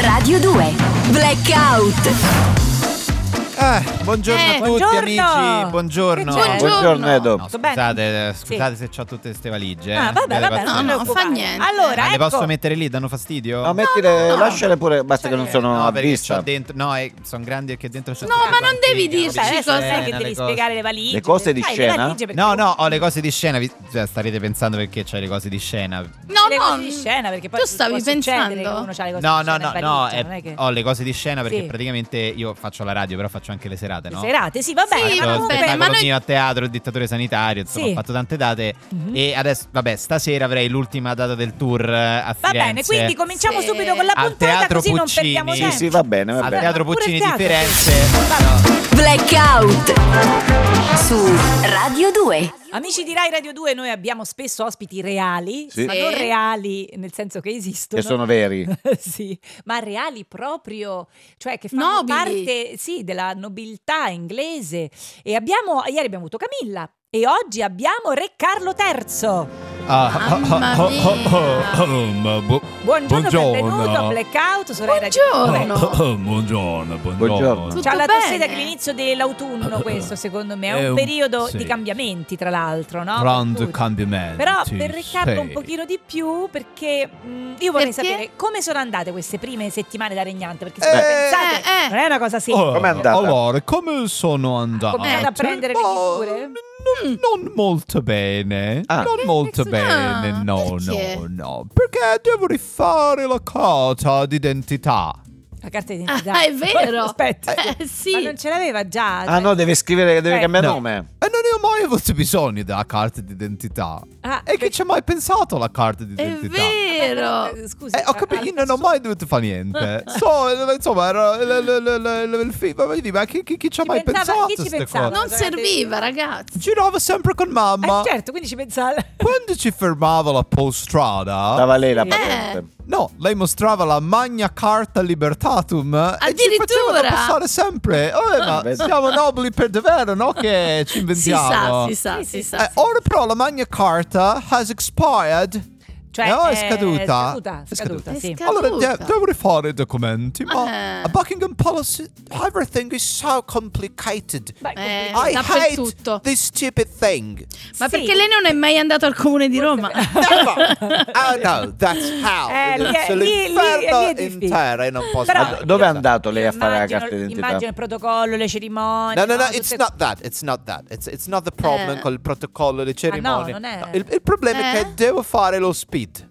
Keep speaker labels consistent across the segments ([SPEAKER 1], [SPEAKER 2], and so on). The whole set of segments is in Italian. [SPEAKER 1] Radio 2 Blackout
[SPEAKER 2] Eh, buongiorno
[SPEAKER 3] Eh,
[SPEAKER 2] a tutti
[SPEAKER 3] buongiorno.
[SPEAKER 2] amici, buongiorno.
[SPEAKER 3] Che c'è?
[SPEAKER 4] Buongiorno Edo.
[SPEAKER 2] No,
[SPEAKER 3] Bene.
[SPEAKER 2] scusate, eh, scusate
[SPEAKER 3] Sì.
[SPEAKER 2] se ho tutte queste valigie.
[SPEAKER 3] Ah,
[SPEAKER 2] eh,
[SPEAKER 3] vabbè,
[SPEAKER 2] ve le
[SPEAKER 3] vabbè,
[SPEAKER 2] passo-
[SPEAKER 3] non
[SPEAKER 5] No, no, fa
[SPEAKER 3] preoccupare.
[SPEAKER 5] niente.
[SPEAKER 3] Allora,
[SPEAKER 2] Ma le
[SPEAKER 3] ecco.
[SPEAKER 2] posso mettere lì? Danno fastidio?
[SPEAKER 4] No, mettile,
[SPEAKER 5] no.
[SPEAKER 4] lasciale pure, basta che non sono
[SPEAKER 2] No,
[SPEAKER 4] a
[SPEAKER 2] perché
[SPEAKER 4] vista.
[SPEAKER 2] c'ho dentro. No, sono grandi e che dentro c'è
[SPEAKER 5] No, ma non devi dirci
[SPEAKER 3] Vabbè, adesso
[SPEAKER 5] cose.
[SPEAKER 3] sai che devi spiegare le valigie.
[SPEAKER 4] Le cose di
[SPEAKER 3] Dai, le
[SPEAKER 4] scena?
[SPEAKER 3] valigie, perché-
[SPEAKER 2] No, no, ho le cose di scena. vi- cioè, starete pensando perché c'hai le cose di scena.
[SPEAKER 5] No,
[SPEAKER 3] le
[SPEAKER 5] no.
[SPEAKER 3] cose di scena perché poi
[SPEAKER 5] Ah, tu
[SPEAKER 3] può
[SPEAKER 5] stavi
[SPEAKER 3] succedere
[SPEAKER 5] pensando?
[SPEAKER 3] che uno c'ha le cose
[SPEAKER 2] No,
[SPEAKER 3] di
[SPEAKER 2] no,
[SPEAKER 3] scena
[SPEAKER 2] no,
[SPEAKER 3] in
[SPEAKER 2] no.
[SPEAKER 3] valigia,
[SPEAKER 2] eh,
[SPEAKER 3] non è che-
[SPEAKER 2] Ho le cose di scena perché
[SPEAKER 3] Sì.
[SPEAKER 2] praticamente io faccio la radio, però faccio anche le serate,
[SPEAKER 3] le
[SPEAKER 2] no?
[SPEAKER 3] serate, sì, va Eh, bene.
[SPEAKER 2] Ho
[SPEAKER 5] Sì, ma
[SPEAKER 2] fatto lo
[SPEAKER 5] vabbè,
[SPEAKER 2] spettacolo
[SPEAKER 5] ma noi-
[SPEAKER 2] mio a teatro, il dittatore sanitario, insomma,
[SPEAKER 3] Sì. Mhm.
[SPEAKER 2] ho fatto tante date. E adesso, vabbè, stasera avrei l'ultima data del tour eh, a
[SPEAKER 3] Va
[SPEAKER 2] Firenze.
[SPEAKER 3] bene, quindi cominciamo
[SPEAKER 5] Sì.
[SPEAKER 3] subito con la
[SPEAKER 2] Al
[SPEAKER 3] puntata
[SPEAKER 2] Teatro
[SPEAKER 3] così non
[SPEAKER 2] Puccini.
[SPEAKER 3] perdiamo
[SPEAKER 2] Sì,
[SPEAKER 4] Sì,
[SPEAKER 3] tempo.
[SPEAKER 4] sì, va bene, va
[SPEAKER 2] Al
[SPEAKER 4] bene.
[SPEAKER 2] Teatro
[SPEAKER 3] Ma pure
[SPEAKER 2] Puccini
[SPEAKER 3] il
[SPEAKER 2] di
[SPEAKER 3] teatro, sì.
[SPEAKER 2] Firenze. No.
[SPEAKER 1] Blackout Su Radio 2
[SPEAKER 3] Amici di Rai Radio 2, noi abbiamo spesso ospiti reali,
[SPEAKER 4] Sì.
[SPEAKER 3] ma
[SPEAKER 5] Sì.
[SPEAKER 3] non reali nel senso che esistono.
[SPEAKER 4] Che sono veri.
[SPEAKER 3] sì, ma reali proprio, cioè che fanno
[SPEAKER 5] Nobili.
[SPEAKER 3] parte sì, della nobiltà inglese. E abbiamo, ieri abbiamo avuto Camilla e oggi abbiamo Re Carlo III.
[SPEAKER 2] Ah,
[SPEAKER 5] Mamma
[SPEAKER 2] oh, oh, oh,
[SPEAKER 5] mia.
[SPEAKER 2] oh, oh, oh, ma bu-
[SPEAKER 3] Buongiorno,
[SPEAKER 2] Buongiorno. Oh,
[SPEAKER 3] benvenuto a Blackout su Rai Radio
[SPEAKER 5] Buongiorno.
[SPEAKER 3] due.
[SPEAKER 6] Oh, buongiorno,
[SPEAKER 4] Buongiorno.
[SPEAKER 3] C'ha
[SPEAKER 5] Tutto
[SPEAKER 3] la tossetta
[SPEAKER 5] bene.
[SPEAKER 3] che è l'inizio dell'autunno questo secondo me, è
[SPEAKER 6] È
[SPEAKER 3] un
[SPEAKER 6] un-
[SPEAKER 3] periodo
[SPEAKER 6] sì.
[SPEAKER 3] di cambiamenti tra l'altro, no? Per
[SPEAKER 6] Grande
[SPEAKER 3] tutti.
[SPEAKER 6] cambiamento.
[SPEAKER 3] Però per Riccardo un
[SPEAKER 6] sì.
[SPEAKER 3] pochino di più perché mh, io vorrei
[SPEAKER 5] Perché?
[SPEAKER 3] sapere come sono andate queste prime settimane da regnante perché se ci
[SPEAKER 2] Eh,
[SPEAKER 3] pensate
[SPEAKER 5] eh, eh.
[SPEAKER 3] non è una cosa semplice.
[SPEAKER 6] Oh,
[SPEAKER 4] Com'è andata?
[SPEAKER 6] Allora, come sono andato?
[SPEAKER 3] Come andate a prendere le
[SPEAKER 6] Oh,
[SPEAKER 3] misure?
[SPEAKER 6] n- Non molto bene,
[SPEAKER 4] Ah.
[SPEAKER 6] non molto
[SPEAKER 5] Ah,
[SPEAKER 6] bene, no,
[SPEAKER 5] perché?
[SPEAKER 6] no, no, perché devo rifare la carta d'identità.
[SPEAKER 3] La carta d'identità.
[SPEAKER 5] Ah, è vero.
[SPEAKER 3] Aspetta.
[SPEAKER 5] Eh, sì.
[SPEAKER 3] Ma non ce l'aveva già.
[SPEAKER 4] Ah
[SPEAKER 3] Cioè-
[SPEAKER 4] no, deve scrivere, deve
[SPEAKER 3] Eh,
[SPEAKER 4] cambiare
[SPEAKER 3] no.
[SPEAKER 4] nome.
[SPEAKER 6] E non ne ho mai avuto bisogno della carta d'identità.
[SPEAKER 3] Ah,
[SPEAKER 6] E
[SPEAKER 3] per-
[SPEAKER 6] che ci ha mai pensato alla carta
[SPEAKER 5] È
[SPEAKER 6] d'identità?
[SPEAKER 5] vero.
[SPEAKER 3] Eh, Scusa.
[SPEAKER 6] Eh, ho capito, io non ho mai dovuto fare niente. So, eh, insomma, era il, il- il- il- il film, ma vedi, ma chi, chi- chi ci ha
[SPEAKER 3] Chi
[SPEAKER 6] mai pensato
[SPEAKER 3] pensava- chi ci
[SPEAKER 6] queste
[SPEAKER 3] pensava?
[SPEAKER 6] cose?
[SPEAKER 5] Non serviva, ragazzi.
[SPEAKER 6] Giravo sempre con mamma.
[SPEAKER 3] Eh, certo, quindi ci pensava.
[SPEAKER 6] Quando ci fermava la postrada,
[SPEAKER 4] Stava lei la
[SPEAKER 3] Sì.
[SPEAKER 4] patente.
[SPEAKER 6] no, lei mostrava la Magna Carta Libertatum e ci faceva
[SPEAKER 5] Addirittura?
[SPEAKER 6] passare sempre. Oh, eh, ma
[SPEAKER 4] vedi.
[SPEAKER 6] siamo nobili per dovere, no? Che ci
[SPEAKER 5] Si sa,
[SPEAKER 6] inventiamo.
[SPEAKER 5] si sa,
[SPEAKER 3] Sì, sì,
[SPEAKER 5] si
[SPEAKER 6] Eh,
[SPEAKER 5] sa.
[SPEAKER 6] ora però la Magna Carta has expired.
[SPEAKER 3] Cioè,
[SPEAKER 6] No, è
[SPEAKER 3] eh,
[SPEAKER 6] scaduta.
[SPEAKER 3] Scaduta,
[SPEAKER 6] È scaduta.
[SPEAKER 3] scaduta, sì.
[SPEAKER 5] È scaduta.
[SPEAKER 6] Allora, de- devo rifare i documenti, ma
[SPEAKER 5] Ah.
[SPEAKER 6] a Buckingham Palace everything is so complicated.
[SPEAKER 3] Beh,
[SPEAKER 5] Eh,
[SPEAKER 3] complimenti.
[SPEAKER 6] I
[SPEAKER 5] dappertutto.
[SPEAKER 6] hate this stupid thing.
[SPEAKER 5] Ma
[SPEAKER 3] Sì.
[SPEAKER 5] perché lei non è mai andato al comune di Roma? Ah,
[SPEAKER 6] Never. oh no, that's how.
[SPEAKER 3] Eh, lì è-
[SPEAKER 6] It's
[SPEAKER 3] lì- lì-
[SPEAKER 6] l'inferno
[SPEAKER 3] lì è difficile.
[SPEAKER 6] intero e non posso...
[SPEAKER 3] Però-
[SPEAKER 4] Ma
[SPEAKER 6] andare
[SPEAKER 4] do- dove è
[SPEAKER 6] via.
[SPEAKER 4] andato lei a fare la
[SPEAKER 3] Immagino-
[SPEAKER 4] carta d'identità?
[SPEAKER 3] Immagino il protocollo, le cerimonie.
[SPEAKER 6] No, no, no,
[SPEAKER 3] tutte
[SPEAKER 6] it's not that, it's not that. It's, it's not the problem
[SPEAKER 5] Eh.
[SPEAKER 6] col protocollo, le cerimonie.
[SPEAKER 3] Ah, non è-
[SPEAKER 6] No, il, il problema è
[SPEAKER 5] Eh?
[SPEAKER 6] che devo fare lo speed.
[SPEAKER 3] speed.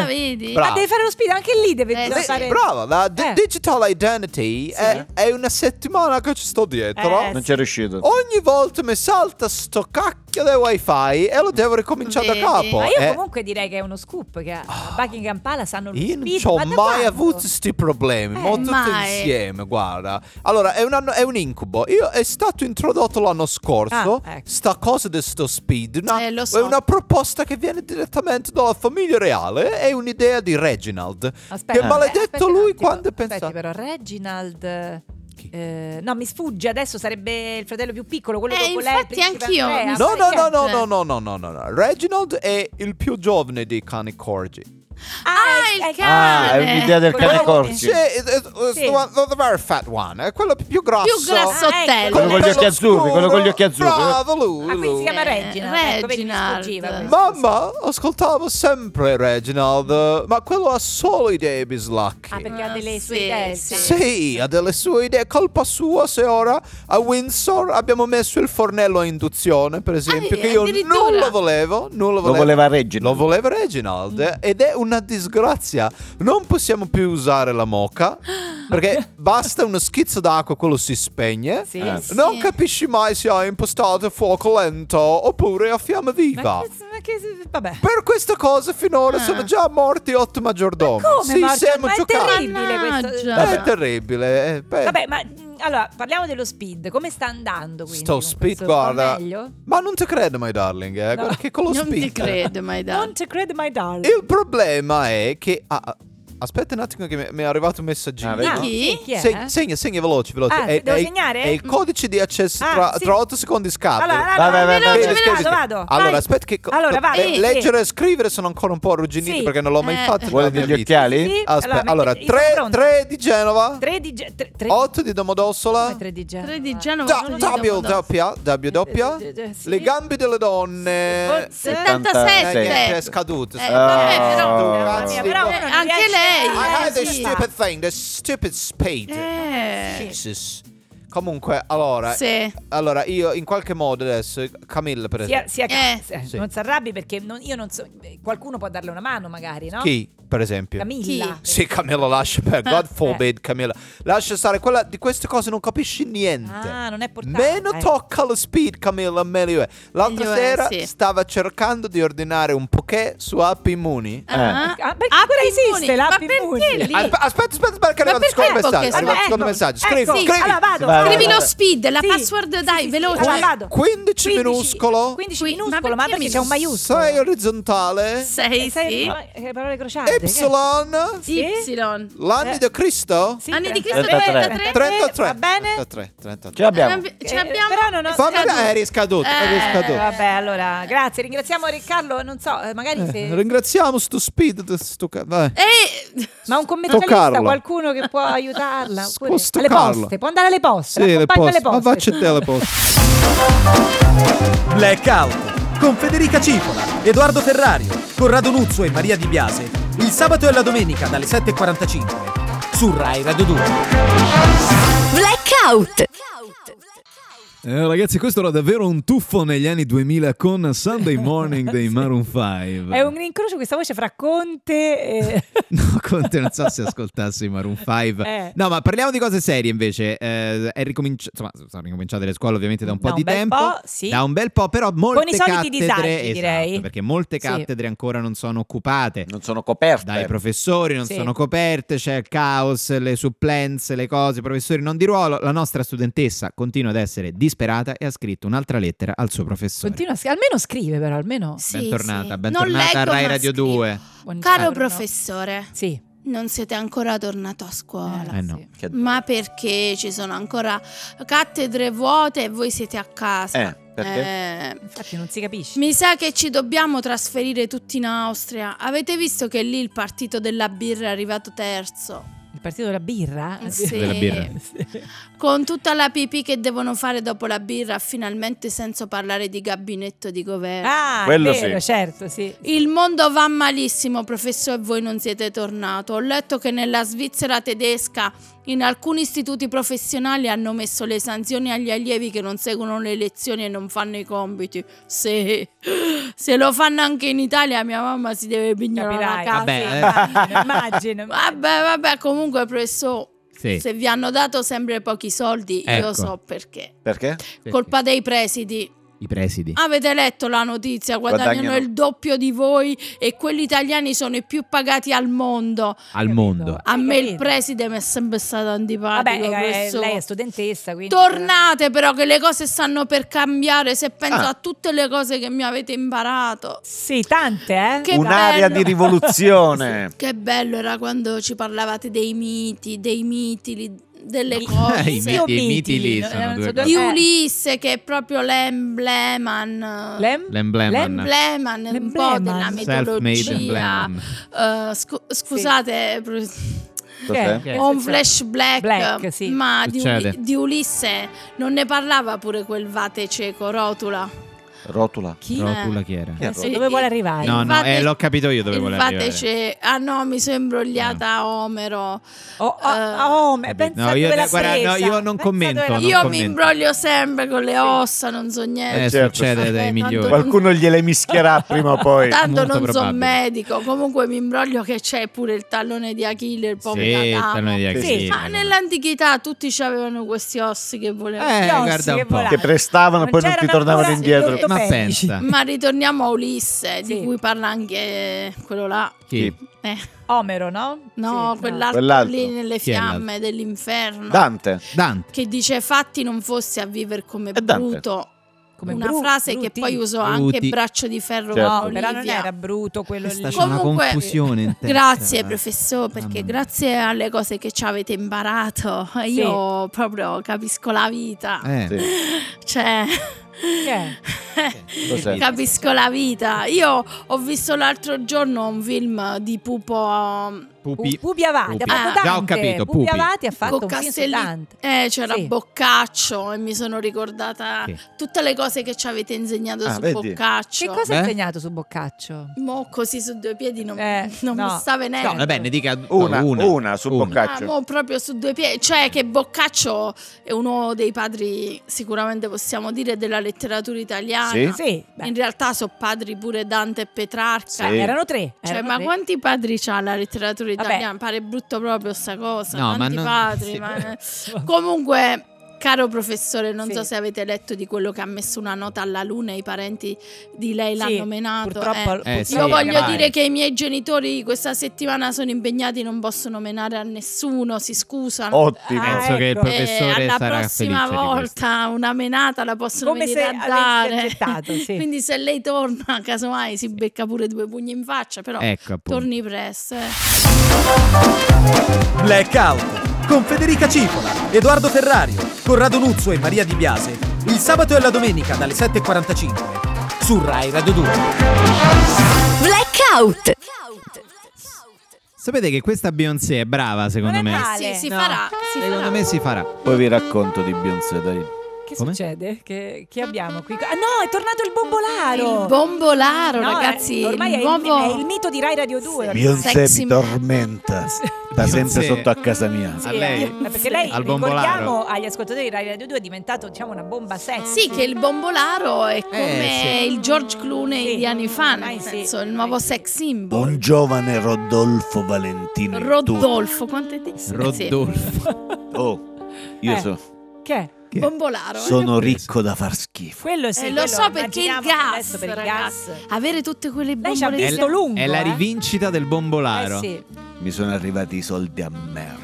[SPEAKER 5] Ah, vedi?
[SPEAKER 6] Bravo.
[SPEAKER 3] Ah, devi fare lo speed, anche lì devi
[SPEAKER 5] Eh,
[SPEAKER 3] devi
[SPEAKER 5] sì.
[SPEAKER 3] fare...
[SPEAKER 6] Brava, la di-
[SPEAKER 3] Eh.
[SPEAKER 6] digital identity è, è una settimana che ci sto dietro.
[SPEAKER 3] Eh,
[SPEAKER 4] Non c'è riuscito.
[SPEAKER 6] Ogni volta mi salta sto cacchio del wifi e lo devo ricominciare
[SPEAKER 5] Vedi?
[SPEAKER 6] da capo.
[SPEAKER 3] Ma io
[SPEAKER 6] Eh, Ah.
[SPEAKER 3] comunque direi che è uno scoop che a a Buckingham Palace hanno lo
[SPEAKER 6] io non
[SPEAKER 3] speed,
[SPEAKER 6] ho
[SPEAKER 3] ma da
[SPEAKER 6] mai
[SPEAKER 3] quando? Eh,
[SPEAKER 6] avuto questi problemi, ma tutti
[SPEAKER 5] mai.
[SPEAKER 6] insieme, guarda. Allora, è un, anno- è un incubo. Io è stato introdotto l'anno scorso,
[SPEAKER 3] Ah, ecco.
[SPEAKER 6] sta cosa di sto speed, una-
[SPEAKER 5] Eh, lo so.
[SPEAKER 6] è una proposta che viene direttamente dalla famiglia reale, è un'idea di Reginald.
[SPEAKER 3] Aspetta,
[SPEAKER 6] che maledetto
[SPEAKER 3] aspetta un
[SPEAKER 6] lui
[SPEAKER 3] attimo,
[SPEAKER 6] quando
[SPEAKER 3] aspetti
[SPEAKER 6] pensa...
[SPEAKER 3] però Reginald eh, no, mi sfugge adesso sarebbe il fratello più piccolo, quello
[SPEAKER 5] Eh,
[SPEAKER 3] dopo lei, il
[SPEAKER 5] infatti
[SPEAKER 3] principe
[SPEAKER 5] anch'io
[SPEAKER 3] Andrea. eh,
[SPEAKER 5] mi
[SPEAKER 6] No, no, no, no,
[SPEAKER 5] Cioè-
[SPEAKER 6] no, no, no, no, no, no. Reginald è il più giovane dei cani corgi.
[SPEAKER 3] Eh.
[SPEAKER 5] Ah, il
[SPEAKER 3] è- è-
[SPEAKER 5] cane.
[SPEAKER 4] Ah, è un'idea del cane
[SPEAKER 3] Quello-
[SPEAKER 4] corsi.
[SPEAKER 6] C'è eh, eh, eh,
[SPEAKER 3] Sì.
[SPEAKER 6] the one- the very fat one, è quello più grosso.
[SPEAKER 5] Più
[SPEAKER 3] Ah,
[SPEAKER 5] grassottello.
[SPEAKER 3] ecco.
[SPEAKER 4] Quello con gli occhi
[SPEAKER 6] Bello
[SPEAKER 4] azzurri, quello con gli occhi
[SPEAKER 6] scuro.
[SPEAKER 4] azzurri.
[SPEAKER 6] Bravo lui.
[SPEAKER 3] Ah, quindi si chiama
[SPEAKER 5] Eh,
[SPEAKER 3] Reginald. Ecco, vedi, mi
[SPEAKER 5] Reginald.
[SPEAKER 3] sfuggiva questo.
[SPEAKER 6] Mamma, ascoltavo sempre Reginald, ma quello ha solo idee bislacche.
[SPEAKER 3] Ah, perché ha delle sue
[SPEAKER 5] Sì,
[SPEAKER 3] idee.
[SPEAKER 5] sì.
[SPEAKER 3] il
[SPEAKER 6] Sì, ha delle sue idee, colpa sua se ora a Windsor abbiamo messo il fornello a induzione, per esempio,
[SPEAKER 5] Ah,
[SPEAKER 6] che io
[SPEAKER 5] addirittura.
[SPEAKER 6] non lo volevo, non lo
[SPEAKER 4] Lo
[SPEAKER 6] volevo.
[SPEAKER 4] voleva Reginald.
[SPEAKER 6] Lo voleva Reginald
[SPEAKER 3] Mm.
[SPEAKER 6] eh, ed è una disgrazia. Non possiamo più usare la moca perché basta uno schizzo d'acqua, quello si spegne.
[SPEAKER 3] Sì.
[SPEAKER 4] Eh.
[SPEAKER 3] Sì.
[SPEAKER 6] Non capisci mai se hai impostato a fuoco lento oppure a fiamma
[SPEAKER 3] Ma
[SPEAKER 6] viva.
[SPEAKER 3] che, ma che- vabbè.
[SPEAKER 6] Per questa cosa finora
[SPEAKER 5] Ah.
[SPEAKER 6] sono già morti otto maggiordomi.
[SPEAKER 3] Come,
[SPEAKER 6] sì,
[SPEAKER 3] Marco?
[SPEAKER 6] siamo
[SPEAKER 3] Eh. ma è
[SPEAKER 6] giocati.
[SPEAKER 3] terribile questo.
[SPEAKER 5] Mannaggia.
[SPEAKER 6] È terribile. eh, beh.
[SPEAKER 3] Vabbè, ma mh, allora parliamo dello speed. Come sta andando? Quindi,
[SPEAKER 6] Sto
[SPEAKER 3] con
[SPEAKER 6] speed,
[SPEAKER 3] questo-
[SPEAKER 6] guarda.
[SPEAKER 3] Va meglio?
[SPEAKER 6] Ma non ti credo, my darling. Eh. Guarda che con lo
[SPEAKER 5] Non ti
[SPEAKER 6] speed.
[SPEAKER 5] credo mai, dai.
[SPEAKER 3] Non ti credo mai darling.
[SPEAKER 6] Il problema è che ah, ah, Aspetta un attimo che mi mi è arrivato un messaggino.
[SPEAKER 4] Ah,
[SPEAKER 5] Di
[SPEAKER 4] vedi?
[SPEAKER 3] Ah,
[SPEAKER 5] chi?
[SPEAKER 3] sì, chi è?
[SPEAKER 6] Seg- segna, segna veloce, veloce.
[SPEAKER 3] Ah,
[SPEAKER 6] è,
[SPEAKER 3] devo
[SPEAKER 6] è-
[SPEAKER 3] segnare?
[SPEAKER 6] È il codice di accesso
[SPEAKER 3] Ah,
[SPEAKER 6] tra,
[SPEAKER 3] sì.
[SPEAKER 6] 8 secondi scappa.
[SPEAKER 3] Allora,
[SPEAKER 4] Vai, vai,
[SPEAKER 3] allora,
[SPEAKER 4] vai,
[SPEAKER 3] veloce,
[SPEAKER 4] vai.
[SPEAKER 3] veloce,
[SPEAKER 6] Scherzi,
[SPEAKER 3] vado,
[SPEAKER 6] scherzi.
[SPEAKER 3] vado.
[SPEAKER 6] Allora,
[SPEAKER 3] vai.
[SPEAKER 6] aspetta che co-
[SPEAKER 3] Allora,
[SPEAKER 6] no,
[SPEAKER 3] vado,
[SPEAKER 6] le-
[SPEAKER 3] sì.
[SPEAKER 6] leggere e scrivere sono ancora un po' arrugginiti
[SPEAKER 3] Sì.
[SPEAKER 6] perché non l'ho mai
[SPEAKER 5] Eh.
[SPEAKER 6] fatto.
[SPEAKER 4] Vuole
[SPEAKER 6] nella mia
[SPEAKER 4] degli
[SPEAKER 6] vita.
[SPEAKER 4] occhiali?
[SPEAKER 3] Sì.
[SPEAKER 6] Aspetta,
[SPEAKER 3] metti-
[SPEAKER 6] allora,
[SPEAKER 3] io sono
[SPEAKER 6] 3,
[SPEAKER 3] pronta.
[SPEAKER 6] di Genova,
[SPEAKER 3] Tre di Ge- tre- tre-
[SPEAKER 6] 8 di Domodossola,
[SPEAKER 3] come tre di Eh, Genova?
[SPEAKER 5] 3 di Genova.
[SPEAKER 6] da-
[SPEAKER 5] quello di
[SPEAKER 6] W,
[SPEAKER 5] Domodossola.
[SPEAKER 6] doppia, W, doppia,
[SPEAKER 3] Sì.
[SPEAKER 6] le gambe delle donne.
[SPEAKER 3] Forse-
[SPEAKER 5] 77.
[SPEAKER 6] Eh, niente, è
[SPEAKER 5] Eh,
[SPEAKER 6] scaduto. ah,
[SPEAKER 5] vabbè,
[SPEAKER 4] Eh,
[SPEAKER 3] Ah.
[SPEAKER 5] però-
[SPEAKER 6] Cazzo.
[SPEAKER 3] però uno
[SPEAKER 5] Eh,
[SPEAKER 3] non
[SPEAKER 5] anche
[SPEAKER 3] riesce-
[SPEAKER 5] lei.
[SPEAKER 6] I had
[SPEAKER 3] Eh,
[SPEAKER 6] a
[SPEAKER 3] sì.
[SPEAKER 6] stupid thing, the stupid spade.
[SPEAKER 5] Eh,
[SPEAKER 6] Jesus. Comunque, allora,
[SPEAKER 5] sì.
[SPEAKER 6] allora, io in qualche modo adesso, Camilla per esempio.
[SPEAKER 3] Sia- sia-
[SPEAKER 5] Eh.
[SPEAKER 3] eh,
[SPEAKER 6] Sì.
[SPEAKER 3] Non si arrabbi perché non- io non so. Qualcuno può darle una mano, magari, no?
[SPEAKER 6] Chi, per esempio?
[SPEAKER 3] Camilla.
[SPEAKER 6] Sì, Camilla, lascia per God
[SPEAKER 3] Eh.
[SPEAKER 6] forbid, Camilla. Lascia stare, quella di queste cose non capisci niente.
[SPEAKER 3] Ah, non è portata.
[SPEAKER 6] Meno
[SPEAKER 3] eh.
[SPEAKER 6] tocca lo speed, Camilla, meglio è. L'altra
[SPEAKER 5] Meglio è,
[SPEAKER 6] sera
[SPEAKER 5] sì.
[SPEAKER 6] stava cercando di ordinare un poké su app immuni.
[SPEAKER 5] Ah,
[SPEAKER 3] Ah, perché
[SPEAKER 5] app
[SPEAKER 3] ancora esiste
[SPEAKER 5] immuni.
[SPEAKER 3] l'app
[SPEAKER 5] Ma perché
[SPEAKER 3] immuni?
[SPEAKER 5] lì?
[SPEAKER 6] Aspe- Aspetta, aspetta, aspetta, che è
[SPEAKER 5] Ma
[SPEAKER 6] arrivato il
[SPEAKER 5] perché
[SPEAKER 6] secondo messaggio.
[SPEAKER 5] poké
[SPEAKER 6] È
[SPEAKER 5] su
[SPEAKER 6] arrivato il
[SPEAKER 5] app?
[SPEAKER 6] secondo messaggio. Scrivi,
[SPEAKER 3] Ecco,
[SPEAKER 6] scrivi.
[SPEAKER 3] Allora vado.
[SPEAKER 4] Vai,
[SPEAKER 5] Scrivi
[SPEAKER 3] vado.
[SPEAKER 5] lo speed, la
[SPEAKER 3] Sì.
[SPEAKER 5] password, dai, veloce.
[SPEAKER 3] Allora vado.
[SPEAKER 6] 15 cioè, minuscolo.
[SPEAKER 3] 15
[SPEAKER 5] Qui-
[SPEAKER 3] minuscolo,
[SPEAKER 5] ma
[SPEAKER 3] ma
[SPEAKER 5] perché
[SPEAKER 3] perché c'è un maiuscolo?
[SPEAKER 6] 6 orizzontale.
[SPEAKER 5] Sei,
[SPEAKER 3] Sei-
[SPEAKER 5] sì.
[SPEAKER 3] eh, che parole crociate. che-
[SPEAKER 6] Epsilon.
[SPEAKER 3] Sì.
[SPEAKER 5] Y.
[SPEAKER 6] L'anno
[SPEAKER 3] Eh.
[SPEAKER 6] di Cristo.
[SPEAKER 3] Sì,
[SPEAKER 5] Anni di Cristo
[SPEAKER 4] 33.
[SPEAKER 5] 33.
[SPEAKER 6] 33.
[SPEAKER 3] Va bene?
[SPEAKER 6] 33, 33.
[SPEAKER 4] Ce l'abbiamo.
[SPEAKER 5] Eh,
[SPEAKER 3] Eh,
[SPEAKER 5] Ce l'abbiamo.
[SPEAKER 3] però non ho-
[SPEAKER 6] Fammi
[SPEAKER 5] Scaduto.
[SPEAKER 6] vedere, è riscaduto. È
[SPEAKER 5] Eh,
[SPEAKER 6] riscaduto.
[SPEAKER 3] Vabbè, allora, grazie. Ringraziamo Riccardo, non so, eh, magari se-
[SPEAKER 6] Eh, Ringraziamo sto speed, sto ca- vai.
[SPEAKER 5] Eh,
[SPEAKER 3] Ma un commercialista,
[SPEAKER 6] Carlo.
[SPEAKER 3] qualcuno che può aiutarla? oppure-
[SPEAKER 6] Questo
[SPEAKER 3] alle
[SPEAKER 6] Carlo.
[SPEAKER 3] poste, può andare alle poste.
[SPEAKER 6] Sì, le
[SPEAKER 3] l'accompagno
[SPEAKER 6] poste.
[SPEAKER 3] alle
[SPEAKER 6] Ma
[SPEAKER 3] poste.
[SPEAKER 6] faccia te le poste.
[SPEAKER 7] Blackout con Federica Cipola, Edoardo Ferrario, Corrado Nuzzo e Maria Di Biase il sabato e la domenica dalle 7.45 su Rai Radio 2.
[SPEAKER 1] Blackout.
[SPEAKER 8] Eh, ragazzi, questo era davvero un tuffo negli anni 2000 con Sunday Morning dei Maroon 5.
[SPEAKER 3] È un incrocio questa voce fra Conte e...
[SPEAKER 8] No, Conte, non so se ascoltassi i Maroon 5.
[SPEAKER 3] Eh.
[SPEAKER 8] No, ma parliamo di cose serie invece. Eh, è ricominci- insomma, sono ricominciate le scuole ovviamente da un po'
[SPEAKER 3] Da un
[SPEAKER 8] di
[SPEAKER 3] bel
[SPEAKER 8] tempo.
[SPEAKER 3] po', sì.
[SPEAKER 8] Da un bel po', però molte
[SPEAKER 3] i soliti
[SPEAKER 8] cattedre...
[SPEAKER 3] disagi,
[SPEAKER 8] esatto,
[SPEAKER 3] direi.
[SPEAKER 8] perché molte
[SPEAKER 3] Sì.
[SPEAKER 8] cattedre ancora non sono occupate.
[SPEAKER 4] Non sono coperte.
[SPEAKER 8] dai professori, non
[SPEAKER 3] Sì.
[SPEAKER 8] sono coperte, c'è il caos, le supplenze, le cose, professori non di ruolo. La nostra studentessa continua ad essere disperata e ha scritto un'altra lettera al suo professore.
[SPEAKER 3] Continua a scri- almeno scrive però, almeno...
[SPEAKER 5] sì,
[SPEAKER 8] bentornata,
[SPEAKER 5] sì. Non
[SPEAKER 8] bentornata a
[SPEAKER 5] leggo,
[SPEAKER 8] Rai
[SPEAKER 5] ma
[SPEAKER 8] Radio
[SPEAKER 5] scrivo.
[SPEAKER 8] 2.
[SPEAKER 3] ogni
[SPEAKER 5] Caro
[SPEAKER 8] Eh,
[SPEAKER 3] giorno.
[SPEAKER 5] professore,
[SPEAKER 3] Sì. Eh,
[SPEAKER 5] non siete ancora tornato a scuola.
[SPEAKER 8] Eh, no.
[SPEAKER 3] sì.
[SPEAKER 4] Che-
[SPEAKER 5] Ma perché ci sono ancora cattedre vuote e voi siete a casa?
[SPEAKER 4] Eh, perché?
[SPEAKER 5] Eh,
[SPEAKER 3] Infatti non si capisce.
[SPEAKER 5] mi sa che ci dobbiamo trasferire tutti in Austria. Avete visto che lì il partito della birra è arrivato terzo?
[SPEAKER 3] Il partito della birra?
[SPEAKER 5] Eh,
[SPEAKER 3] Eh,
[SPEAKER 5] Sì.
[SPEAKER 8] Eh,
[SPEAKER 5] Eh.
[SPEAKER 8] Della birra.
[SPEAKER 5] Con tutta la pipì che devono fare dopo la birra, finalmente senza parlare di gabinetto di governo.
[SPEAKER 3] Ah,
[SPEAKER 4] Quello
[SPEAKER 3] è vero,
[SPEAKER 4] sì.
[SPEAKER 3] certo, sì.
[SPEAKER 5] Il mondo va malissimo, professore, e voi non siete tornato. Ho letto che nella Svizzera tedesca in alcuni istituti professionali hanno messo le sanzioni agli allievi che non seguono le lezioni e non fanno i compiti. Se, se lo fanno anche in Italia, mia mamma si deve pigliare la
[SPEAKER 3] Capirai.
[SPEAKER 5] casa.
[SPEAKER 8] Vabbè, eh.
[SPEAKER 3] Immagino, immagino.
[SPEAKER 5] Vabbè, vabbè, comunque, professore,
[SPEAKER 8] Sì.
[SPEAKER 5] se vi hanno dato sempre pochi soldi, io
[SPEAKER 8] Ecco.
[SPEAKER 5] so perché.
[SPEAKER 4] Perché?
[SPEAKER 8] Sì,
[SPEAKER 5] Colpa dei presidi.
[SPEAKER 8] sì. I presidi.
[SPEAKER 5] Avete letto la notizia? Guadagnano,
[SPEAKER 4] Guadagnano.
[SPEAKER 5] il doppio di voi e quelli italiani sono i più pagati al mondo.
[SPEAKER 8] al mondo.
[SPEAKER 5] A
[SPEAKER 3] Hai
[SPEAKER 5] me il
[SPEAKER 3] capito?
[SPEAKER 5] preside mi è sempre stato
[SPEAKER 3] Vabbè,
[SPEAKER 5] antipatico.
[SPEAKER 3] eh,
[SPEAKER 5] questo.
[SPEAKER 3] lei è studentessa, quindi...
[SPEAKER 5] Tornate però che le cose stanno per cambiare se penso
[SPEAKER 4] Ah.
[SPEAKER 5] a tutte le cose che mi avete imparato.
[SPEAKER 3] Sì, tante, eh?
[SPEAKER 5] Che
[SPEAKER 4] Un'area
[SPEAKER 5] bello.
[SPEAKER 4] di rivoluzione.
[SPEAKER 5] Che bello era quando ci parlavate dei miti, dei miti, li- delle
[SPEAKER 3] I-
[SPEAKER 5] cose.
[SPEAKER 8] I miti- i miti lì
[SPEAKER 3] No,
[SPEAKER 8] sono
[SPEAKER 3] non
[SPEAKER 8] due
[SPEAKER 3] so
[SPEAKER 8] cose.
[SPEAKER 5] Di
[SPEAKER 3] eh,
[SPEAKER 5] Ulisse che è proprio l'embleman.
[SPEAKER 3] Lem?
[SPEAKER 8] L'emblema.
[SPEAKER 3] Lem-
[SPEAKER 5] L'embleman, un po'
[SPEAKER 3] L'embleman.
[SPEAKER 5] della
[SPEAKER 8] Self-made
[SPEAKER 5] mitologia.
[SPEAKER 8] emblema.
[SPEAKER 5] Eh, scu- scusate, pro-
[SPEAKER 4] Cos'è?
[SPEAKER 3] Che è?
[SPEAKER 5] ho un flashback,
[SPEAKER 3] Black, sì.
[SPEAKER 5] ma di,
[SPEAKER 8] Succede.
[SPEAKER 5] Uli- di Ulisse non ne parlava pure quel vate cieco rotula.
[SPEAKER 4] Rotula.
[SPEAKER 3] Chi?
[SPEAKER 8] Rotula chi era?
[SPEAKER 4] Chi è
[SPEAKER 5] Eh,
[SPEAKER 3] Adesso
[SPEAKER 4] Rotula?
[SPEAKER 3] dove vuole
[SPEAKER 5] eh,
[SPEAKER 3] arrivare?
[SPEAKER 8] No,
[SPEAKER 5] Il
[SPEAKER 8] no,
[SPEAKER 5] vate-
[SPEAKER 8] eh, l'ho capito io dove
[SPEAKER 5] il
[SPEAKER 8] voleva
[SPEAKER 5] vate
[SPEAKER 8] arrivare.
[SPEAKER 5] cieco- Ah no, mi sono imbrogliata a Omero.
[SPEAKER 3] Oh, oh,
[SPEAKER 5] Eh,
[SPEAKER 3] oh, me-
[SPEAKER 8] Capito.
[SPEAKER 3] pensa
[SPEAKER 8] No, io-
[SPEAKER 3] dove l'ha
[SPEAKER 8] guarda, no,
[SPEAKER 3] presa.
[SPEAKER 8] io non
[SPEAKER 3] Pensa
[SPEAKER 8] commento,
[SPEAKER 3] dove l'ha-
[SPEAKER 8] non
[SPEAKER 5] Io mi
[SPEAKER 8] commento.
[SPEAKER 5] imbroglio sempre con le ossa, non so niente.
[SPEAKER 8] Eh,
[SPEAKER 4] certo,
[SPEAKER 8] succede
[SPEAKER 5] sì.
[SPEAKER 8] dai
[SPEAKER 5] Eh,
[SPEAKER 8] migliori.
[SPEAKER 5] tanto-
[SPEAKER 4] Qualcuno gliele mischierà prima o poi.
[SPEAKER 5] Tanto
[SPEAKER 8] molto
[SPEAKER 5] non sono
[SPEAKER 8] probabile.
[SPEAKER 5] medico, comunque mi imbroglio che c'è pure il tallone di Achille, il
[SPEAKER 8] Sì,
[SPEAKER 5] povero
[SPEAKER 8] il
[SPEAKER 5] Adamo.
[SPEAKER 8] tallone di Achille.
[SPEAKER 3] Sì,
[SPEAKER 5] Ma nell'antichità tutti avevano questi ossi che volevano.
[SPEAKER 8] Eh,
[SPEAKER 3] Gli ossi
[SPEAKER 8] guarda un
[SPEAKER 3] che
[SPEAKER 8] po'.
[SPEAKER 3] volano.
[SPEAKER 4] Che prestavano, poi non
[SPEAKER 3] c'erano
[SPEAKER 4] ti tornavano
[SPEAKER 3] ancora
[SPEAKER 4] indietro.
[SPEAKER 3] gli
[SPEAKER 8] Ma
[SPEAKER 3] ortopedici.
[SPEAKER 8] pensa.
[SPEAKER 5] Ma ritorniamo a Ulisse, di
[SPEAKER 3] Sì.
[SPEAKER 5] cui parla anche eh, quello là.
[SPEAKER 8] Chi?
[SPEAKER 5] Eh,
[SPEAKER 3] Omero, no?
[SPEAKER 5] no,
[SPEAKER 3] Sì,
[SPEAKER 5] quell'altro,
[SPEAKER 4] Quell'altro.
[SPEAKER 5] lì nelle
[SPEAKER 8] Chi è l'altro?
[SPEAKER 5] fiamme dell'inferno.
[SPEAKER 4] Dante.
[SPEAKER 8] Dante. Eh,
[SPEAKER 5] Che dice fatti non fossi a vivere come
[SPEAKER 4] È Dante.
[SPEAKER 5] Bruto.
[SPEAKER 3] Come
[SPEAKER 5] una
[SPEAKER 3] bru-
[SPEAKER 5] frase che
[SPEAKER 3] brutti.
[SPEAKER 5] poi uso anche
[SPEAKER 8] Bruti.
[SPEAKER 5] braccio di ferro
[SPEAKER 9] Certo.
[SPEAKER 5] con
[SPEAKER 3] No, però non
[SPEAKER 5] Olivia.
[SPEAKER 3] era brutto quello lì.
[SPEAKER 8] Questa c'è una
[SPEAKER 5] Comunque-
[SPEAKER 8] confusione in testa,
[SPEAKER 5] Grazie
[SPEAKER 8] eh.
[SPEAKER 5] professore,
[SPEAKER 8] Mamma
[SPEAKER 5] perché
[SPEAKER 8] mia.
[SPEAKER 5] grazie alle cose che ci avete imparato io proprio capisco la vita.
[SPEAKER 8] Eh,
[SPEAKER 9] Sì.
[SPEAKER 5] Cioè,
[SPEAKER 3] Che
[SPEAKER 9] Cos'è?
[SPEAKER 5] capisco la vita. Io ho visto l'altro giorno un film di Pupo um,
[SPEAKER 8] pupi.
[SPEAKER 3] Pupi Avati, ha
[SPEAKER 8] Pupi.
[SPEAKER 3] fatto
[SPEAKER 5] Ah,
[SPEAKER 3] Dante.
[SPEAKER 8] già ho capito,
[SPEAKER 3] Pupi,
[SPEAKER 8] Pupi.
[SPEAKER 3] Avati ha fatto
[SPEAKER 5] con
[SPEAKER 3] un film su
[SPEAKER 5] Castelli.
[SPEAKER 3] Dante.
[SPEAKER 5] Eh, c'era
[SPEAKER 3] Sì.
[SPEAKER 5] Boccaccio e mi sono ricordata
[SPEAKER 8] Sì.
[SPEAKER 5] tutte le cose che ci avete insegnato
[SPEAKER 9] Ah,
[SPEAKER 5] su
[SPEAKER 9] vedi.
[SPEAKER 5] Boccaccio.
[SPEAKER 3] Che cosa ha
[SPEAKER 8] Beh.
[SPEAKER 3] insegnato su Boccaccio?
[SPEAKER 5] Mo così su due piedi non,
[SPEAKER 3] Eh,
[SPEAKER 5] non
[SPEAKER 3] no.
[SPEAKER 5] mi sta venendo.
[SPEAKER 8] No, vabbè, ne dica no,
[SPEAKER 9] Una, una, su
[SPEAKER 8] una.
[SPEAKER 5] Ah,
[SPEAKER 9] Boccaccio.
[SPEAKER 5] mo proprio su due piedi, cioè che Boccaccio è uno dei padri, sicuramente possiamo dire, della letteratura italiana.
[SPEAKER 9] Sì.
[SPEAKER 3] Sì, beh,
[SPEAKER 5] In realtà sono padri pure Dante e Petrarca.
[SPEAKER 9] Sì.
[SPEAKER 3] erano tre.
[SPEAKER 5] Cioè,
[SPEAKER 3] erano
[SPEAKER 5] ma
[SPEAKER 3] tre.
[SPEAKER 5] quanti padri c'ha la letteratura
[SPEAKER 3] Vabbè.
[SPEAKER 5] italiana? Mi Pare brutto proprio sta cosa.
[SPEAKER 8] No, ma
[SPEAKER 5] tanti
[SPEAKER 8] non-
[SPEAKER 5] padri.
[SPEAKER 8] sì.
[SPEAKER 5] ma- Comunque, caro professore, non
[SPEAKER 3] Sì.
[SPEAKER 5] so se avete letto di quello che ha messo una nota alla luna, i parenti di lei
[SPEAKER 3] Sì,
[SPEAKER 5] l'hanno menato.
[SPEAKER 3] Purtroppo,
[SPEAKER 5] eh.
[SPEAKER 8] Eh,
[SPEAKER 3] purtroppo
[SPEAKER 8] sì,
[SPEAKER 5] Io voglio
[SPEAKER 8] ormai.
[SPEAKER 5] dire che i miei genitori questa settimana sono impegnati, non possono menare a nessuno, si scusano.
[SPEAKER 9] Ottimo.
[SPEAKER 3] Ah,
[SPEAKER 8] Penso che il
[SPEAKER 5] Eh,
[SPEAKER 3] ecco.
[SPEAKER 8] Oh, professore
[SPEAKER 5] alla
[SPEAKER 8] sarà
[SPEAKER 5] prossima
[SPEAKER 8] felice di questo.
[SPEAKER 5] volta una menata la possono
[SPEAKER 3] Come
[SPEAKER 5] venire
[SPEAKER 3] se
[SPEAKER 5] a
[SPEAKER 3] avessi
[SPEAKER 5] dare.
[SPEAKER 3] accettato, sì.
[SPEAKER 5] Quindi se lei torna, casomai si becca pure due pugni in faccia, però
[SPEAKER 8] Ecco appunto.
[SPEAKER 5] torni presto. eh.
[SPEAKER 10] Blackout con Federica Cipola, Edoardo Ferrario, Corrado Nuzzo e Maria Di Biase. Il sabato e la domenica dalle 7.45 su Rai Radio 2.
[SPEAKER 1] Blackout.
[SPEAKER 8] Sapete che questa Beyoncé è brava, secondo
[SPEAKER 3] Non è
[SPEAKER 8] me.
[SPEAKER 3] male.
[SPEAKER 5] Sì, si
[SPEAKER 3] No.
[SPEAKER 5] farà. Si farà.
[SPEAKER 8] Secondo me si farà.
[SPEAKER 9] Poi vi racconto di Beyoncé, dai.
[SPEAKER 3] Che
[SPEAKER 8] Come?
[SPEAKER 3] succede? Che, chi abbiamo qui? Ah no, è tornato il bombolaro!
[SPEAKER 5] Il bombolaro,
[SPEAKER 3] No,
[SPEAKER 5] ragazzi.
[SPEAKER 3] eh, Ormai
[SPEAKER 5] il
[SPEAKER 3] è,
[SPEAKER 5] nuovo-
[SPEAKER 3] il, è il mito di Rai Radio 2. ormai.
[SPEAKER 5] Beyoncé Sexy. mi
[SPEAKER 9] tormenta. Da
[SPEAKER 8] sempre sotto a
[SPEAKER 9] casa mia.
[SPEAKER 8] A
[SPEAKER 3] Sì,
[SPEAKER 8] lei.
[SPEAKER 3] eh, perché lei,
[SPEAKER 8] Al
[SPEAKER 3] ricordiamo
[SPEAKER 8] bombolaro.
[SPEAKER 3] agli ascoltatori di Rai Radio 2, è diventato diciamo una bomba sexy.
[SPEAKER 5] Sì, che il bombolaro è come
[SPEAKER 8] sì.
[SPEAKER 5] il George Clooney
[SPEAKER 3] Eh, Sì.
[SPEAKER 5] di anni fa, nel
[SPEAKER 3] Ormai sì,
[SPEAKER 5] senso, il
[SPEAKER 3] ormai
[SPEAKER 5] nuovo
[SPEAKER 3] sì.
[SPEAKER 5] sex symbol.
[SPEAKER 4] giovane Rodolfo Valentino.
[SPEAKER 5] Rodolfo, quante te?
[SPEAKER 8] Rodolfo.
[SPEAKER 9] Oh, io
[SPEAKER 3] Eh.
[SPEAKER 9] so-
[SPEAKER 3] Che è?
[SPEAKER 5] Sì. Bombolaro.
[SPEAKER 4] ricco da far schifo.
[SPEAKER 3] Quello sì,
[SPEAKER 5] Eh, lo
[SPEAKER 3] quello
[SPEAKER 5] so perché il
[SPEAKER 3] immaginavo
[SPEAKER 5] gas,
[SPEAKER 3] adesso per il
[SPEAKER 5] ragazzi.
[SPEAKER 3] gas.
[SPEAKER 5] Avere tutte quelle
[SPEAKER 3] Lei ci ha
[SPEAKER 5] bombole.
[SPEAKER 8] È,
[SPEAKER 3] visto lungo,
[SPEAKER 8] è la
[SPEAKER 3] eh?
[SPEAKER 8] rivincita del bombolaro.
[SPEAKER 3] Eh sì.
[SPEAKER 4] Mi sono arrivati i soldi a merda.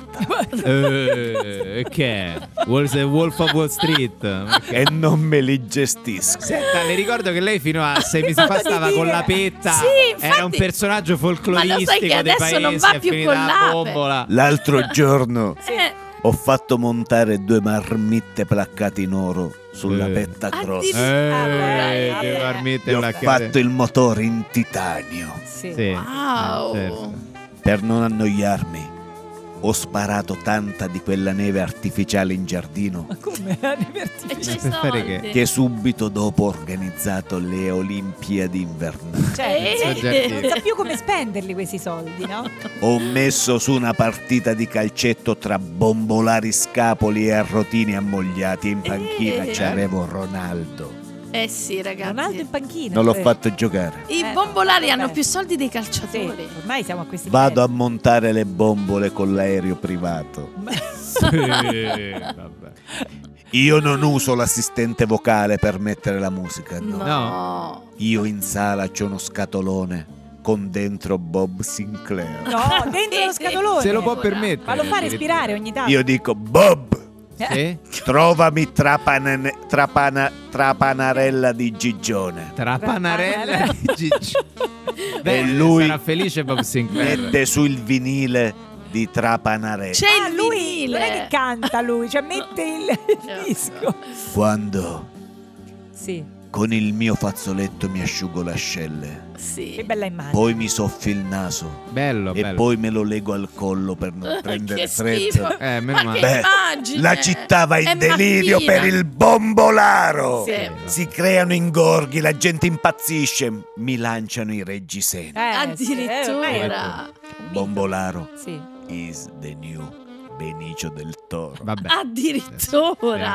[SPEAKER 8] Eh, che è? Wall- The Wolf of Wall Street.
[SPEAKER 9] e non me li gestisco.
[SPEAKER 8] Senta, le ricordo che lei fino a sei mesi fa
[SPEAKER 3] Cosa
[SPEAKER 8] stava
[SPEAKER 3] dire?
[SPEAKER 8] con la petta.
[SPEAKER 5] Sì, infatti-
[SPEAKER 8] era un personaggio
[SPEAKER 5] Ma lo sai che
[SPEAKER 8] folcloristico del
[SPEAKER 5] adesso
[SPEAKER 8] paese.
[SPEAKER 5] non va
[SPEAKER 8] è
[SPEAKER 5] più
[SPEAKER 8] finita
[SPEAKER 5] con
[SPEAKER 8] la
[SPEAKER 5] l'ape?
[SPEAKER 8] bombola.
[SPEAKER 4] L'altro giorno
[SPEAKER 5] Eh,
[SPEAKER 4] ho fatto montare due marmitte placcate in oro sulla
[SPEAKER 8] Eh.
[SPEAKER 4] petta
[SPEAKER 5] Addir-
[SPEAKER 4] grossa.
[SPEAKER 8] Eh,
[SPEAKER 3] vabbè.
[SPEAKER 8] devo armite
[SPEAKER 4] E ho
[SPEAKER 8] una
[SPEAKER 4] fatto il motore in titanio.
[SPEAKER 3] Sì.
[SPEAKER 8] Sì.
[SPEAKER 5] Wow.
[SPEAKER 8] Eh, certo.
[SPEAKER 4] Per non annoiarmi, ho sparato tanta di quella neve artificiale in giardino
[SPEAKER 3] Ma come era divertito?
[SPEAKER 5] E ci
[SPEAKER 8] per
[SPEAKER 5] sono
[SPEAKER 8] fare che?
[SPEAKER 5] altri.
[SPEAKER 4] che subito dopo ho organizzato le Olimpiadi invernali.
[SPEAKER 3] Cioè,
[SPEAKER 8] Eh.
[SPEAKER 3] gente, non sa più come spenderli questi soldi, no?
[SPEAKER 4] Ho messo su una partita di calcetto tra bombolari scapoli e rotini ammogliati. In panchina
[SPEAKER 5] Eh.
[SPEAKER 4] c'avevo Ronaldo.
[SPEAKER 5] Eh sì,
[SPEAKER 3] Ronaldo in
[SPEAKER 5] ragazzi.
[SPEAKER 3] panchina.
[SPEAKER 4] Non l'ho
[SPEAKER 3] sì.
[SPEAKER 4] fatto giocare.
[SPEAKER 5] I
[SPEAKER 3] Eh,
[SPEAKER 5] bombolari
[SPEAKER 3] vabbè.
[SPEAKER 5] hanno più soldi dei
[SPEAKER 3] Sì,
[SPEAKER 5] calciatori.
[SPEAKER 3] ormai siamo a questi
[SPEAKER 4] Vado a
[SPEAKER 3] livelli.
[SPEAKER 4] montare le bombole con l'aereo privato.
[SPEAKER 8] Sì,
[SPEAKER 5] Eh,
[SPEAKER 8] vabbè.
[SPEAKER 4] Io non uso l'assistente vocale per mettere la musica, no.
[SPEAKER 5] No.
[SPEAKER 4] Io in sala c'ho uno scatolone con dentro Bob Sinclair.
[SPEAKER 3] No, dentro lo scatolone.
[SPEAKER 8] Se lo può permettere.
[SPEAKER 3] Ma lo fa respirare ogni tanto.
[SPEAKER 4] Io dico Bob,
[SPEAKER 8] Sì?
[SPEAKER 4] trovami Trapanan- Trapana- Trapanarella di Gigione.
[SPEAKER 8] Trapanarella
[SPEAKER 3] Eh,
[SPEAKER 8] di Gigi.
[SPEAKER 3] Ah,
[SPEAKER 8] Beh,
[SPEAKER 4] E lui-
[SPEAKER 8] sarà felice Bob Sinclair.
[SPEAKER 4] Mette sul vinile di Trapanarella.
[SPEAKER 5] C'è
[SPEAKER 3] Ah,
[SPEAKER 5] il
[SPEAKER 3] lui non è
[SPEAKER 5] vinile.
[SPEAKER 3] che canta lui, cioè mette il, il disco.
[SPEAKER 4] Quando
[SPEAKER 3] Sì,
[SPEAKER 4] con il mio fazzoletto mi asciugo le ascelle,
[SPEAKER 5] Sì.
[SPEAKER 3] che bella immagine.
[SPEAKER 4] poi mi soffio il naso
[SPEAKER 8] Bello,
[SPEAKER 4] e
[SPEAKER 8] bello.
[SPEAKER 4] poi me lo lego al collo per non prendere
[SPEAKER 5] che
[SPEAKER 4] freddo.
[SPEAKER 5] schifo.
[SPEAKER 8] Eh, meno
[SPEAKER 5] Ma
[SPEAKER 8] male.
[SPEAKER 5] che
[SPEAKER 4] Beh,
[SPEAKER 5] immagine.
[SPEAKER 4] La città va in
[SPEAKER 5] eh, È
[SPEAKER 4] delirio
[SPEAKER 5] mattina.
[SPEAKER 4] per il bombolaro.
[SPEAKER 5] Sì.
[SPEAKER 4] Si creano ingorghi, la gente impazzisce. Mi lanciano i
[SPEAKER 8] Boh.
[SPEAKER 4] reggiseni.
[SPEAKER 3] Eh, sì, eh, ormai
[SPEAKER 8] Ecco.
[SPEAKER 3] è-
[SPEAKER 5] Addirittura.
[SPEAKER 4] Bombolaro
[SPEAKER 3] Sì.
[SPEAKER 4] is the new Benicio del Toro.
[SPEAKER 8] Vabbè.
[SPEAKER 5] Ah, Addirittura.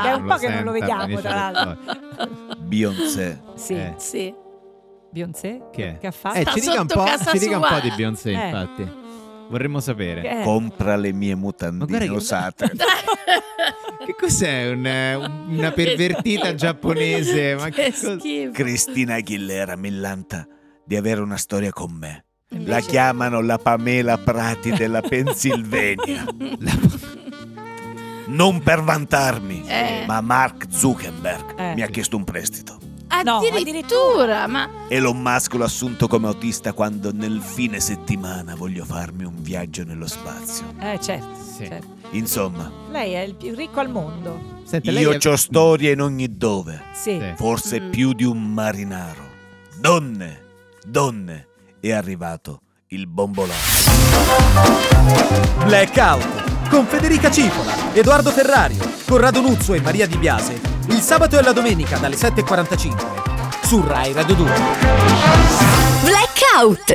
[SPEAKER 8] Sì,
[SPEAKER 3] È un
[SPEAKER 8] Ah. lo
[SPEAKER 3] po' che non lo
[SPEAKER 8] senta,
[SPEAKER 3] vediamo, tra
[SPEAKER 8] Benicio del Toro.
[SPEAKER 4] Beyoncé.
[SPEAKER 3] Sì.
[SPEAKER 8] Eh.
[SPEAKER 5] Sì.
[SPEAKER 3] Beyoncé?
[SPEAKER 8] Che è?
[SPEAKER 3] ha fatto?
[SPEAKER 8] Eh,
[SPEAKER 5] Sta
[SPEAKER 8] ci dica un
[SPEAKER 5] sotto
[SPEAKER 8] po',
[SPEAKER 5] casa
[SPEAKER 8] ci dica un
[SPEAKER 5] sua.
[SPEAKER 8] po' di Beyoncé,
[SPEAKER 3] Eh.
[SPEAKER 8] infatti. Vorremmo
[SPEAKER 5] Eh.
[SPEAKER 8] sapere. Boh,
[SPEAKER 3] Che è?
[SPEAKER 4] Compra le mie
[SPEAKER 8] Ma guarda
[SPEAKER 4] mutandine
[SPEAKER 8] che-
[SPEAKER 4] usate.
[SPEAKER 8] Che cos'è? Un, eh, una pervertita giapponese? Ma che cosa-
[SPEAKER 5] schifo.
[SPEAKER 4] Cristina Aguilera millanta di avere una storia con me. La
[SPEAKER 5] Invece-
[SPEAKER 4] chiamano la Pamela Prati della Pennsylvania. Non per vantarmi,
[SPEAKER 5] Eh.
[SPEAKER 4] ma Mark Zuckerberg
[SPEAKER 3] Eh.
[SPEAKER 8] Eh.
[SPEAKER 4] mi ha chiesto un prestito.
[SPEAKER 3] No,
[SPEAKER 5] addirittura, ma
[SPEAKER 4] Elon Musk l'ho assunto come autista quando nel fine settimana voglio farmi un viaggio nello spazio.
[SPEAKER 3] Eh, certo,
[SPEAKER 2] Sì.
[SPEAKER 3] certo.
[SPEAKER 4] Insomma,
[SPEAKER 3] Lei è il più ricco al mondo.
[SPEAKER 8] Senta, lei
[SPEAKER 4] io
[SPEAKER 8] è-
[SPEAKER 4] ho storie in ogni dove,
[SPEAKER 3] Sì.
[SPEAKER 8] Sì.
[SPEAKER 4] forse
[SPEAKER 5] Mm.
[SPEAKER 4] più di un marinaro. Donne, donne, è arrivato il bombolone.
[SPEAKER 7] Blackout con Federica Cipola, Edoardo Ferrario, Corrado Nuzzo e Maria Di Biase il sabato e la domenica dalle 7.45 su Rai Radio 2.
[SPEAKER 1] Blackout.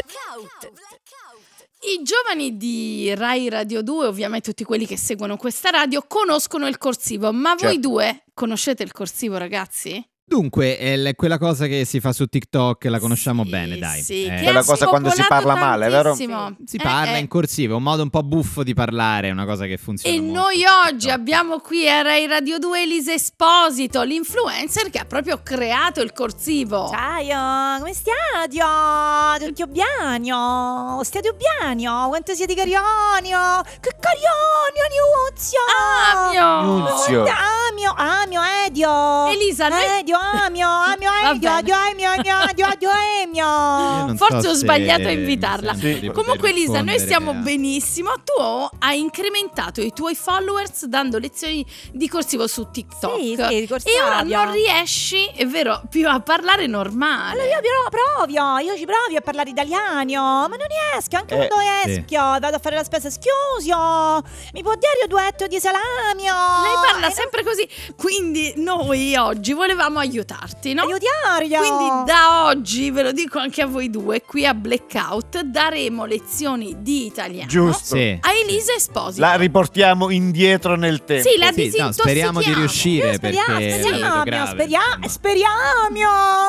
[SPEAKER 5] i giovani di Rai Radio 2, ovviamente tutti quelli che seguono questa radio, conoscono il corsivo, ma voi
[SPEAKER 8] Certo.
[SPEAKER 5] due conoscete il corsivo, ragazzi?
[SPEAKER 8] Dunque, è l- quella cosa che si fa su TikTok la conosciamo
[SPEAKER 5] Sì,
[SPEAKER 8] bene, dai.
[SPEAKER 5] Sì,
[SPEAKER 8] Eh,
[SPEAKER 5] che
[SPEAKER 8] quella
[SPEAKER 5] ha
[SPEAKER 6] cosa quando si
[SPEAKER 5] spopolato
[SPEAKER 6] parla male, vero?
[SPEAKER 5] tantissimo.
[SPEAKER 8] si
[SPEAKER 5] Eh,
[SPEAKER 8] parla
[SPEAKER 5] eh.
[SPEAKER 8] in corsivo, è un modo un po' buffo di parlare, è una cosa che funziona.
[SPEAKER 5] E
[SPEAKER 8] molto
[SPEAKER 5] noi
[SPEAKER 8] su TikTok.
[SPEAKER 5] oggi abbiamo qui a Rai Radio 2 Elisa Esposito, l'influencer che ha proprio creato il corsivo.
[SPEAKER 3] Ciao, come stiate? Tutti Bianio, stiate Bianio, quanto siete carionio, che carionio Niuzio!
[SPEAKER 5] Amio!
[SPEAKER 6] Nunzio.
[SPEAKER 3] Amio, amio, edio!
[SPEAKER 5] Elisa, noi-
[SPEAKER 3] Edio, amio, amio,
[SPEAKER 5] Va
[SPEAKER 3] edio,
[SPEAKER 5] bene.
[SPEAKER 3] edio, amio, amio, edio, edio,
[SPEAKER 8] Io
[SPEAKER 3] amio!
[SPEAKER 8] non
[SPEAKER 5] Forse ho
[SPEAKER 8] se
[SPEAKER 5] sbagliato a
[SPEAKER 8] mi
[SPEAKER 5] invitarla.
[SPEAKER 8] sento di poter
[SPEAKER 5] Comunque Elisa, noi
[SPEAKER 8] rispondere eh.
[SPEAKER 5] stiamo
[SPEAKER 8] a-
[SPEAKER 5] benissimo, tu hai incrementato i tuoi followers dando lezioni di corsivo su TikTok.
[SPEAKER 3] Sì, sì, di corsivo.
[SPEAKER 5] e ora non riesci, è vero, più a parlare normale.
[SPEAKER 3] Allora io però provo, io ci provo a parlare italiano, ma non riesco, anche
[SPEAKER 6] Eh,
[SPEAKER 3] quando
[SPEAKER 8] sì.
[SPEAKER 3] esco, vado a fare la spesa, schiuso, mi può dare un duetto di salamio?
[SPEAKER 5] Lei parla
[SPEAKER 3] Eh,
[SPEAKER 5] sempre così, quindi noi oggi volevamo aiutarti, no?
[SPEAKER 3] Aiutario!
[SPEAKER 5] Quindi da oggi, ve lo dico anche a voi due, qui a Blackout daremo lezioni di italiano
[SPEAKER 4] Giusto.
[SPEAKER 8] Sì.
[SPEAKER 5] a Elisa Esposito.
[SPEAKER 4] La riportiamo indietro nel tempo.
[SPEAKER 5] sì, la
[SPEAKER 8] Sì, no, speriamo di
[SPEAKER 5] disintossichiamo.
[SPEAKER 8] riuscire
[SPEAKER 3] speriamo,
[SPEAKER 8] perché
[SPEAKER 5] Eh,
[SPEAKER 8] la vedo
[SPEAKER 3] speriamo,
[SPEAKER 8] grave,
[SPEAKER 3] speriamo,
[SPEAKER 8] insomma.
[SPEAKER 3] speriamo,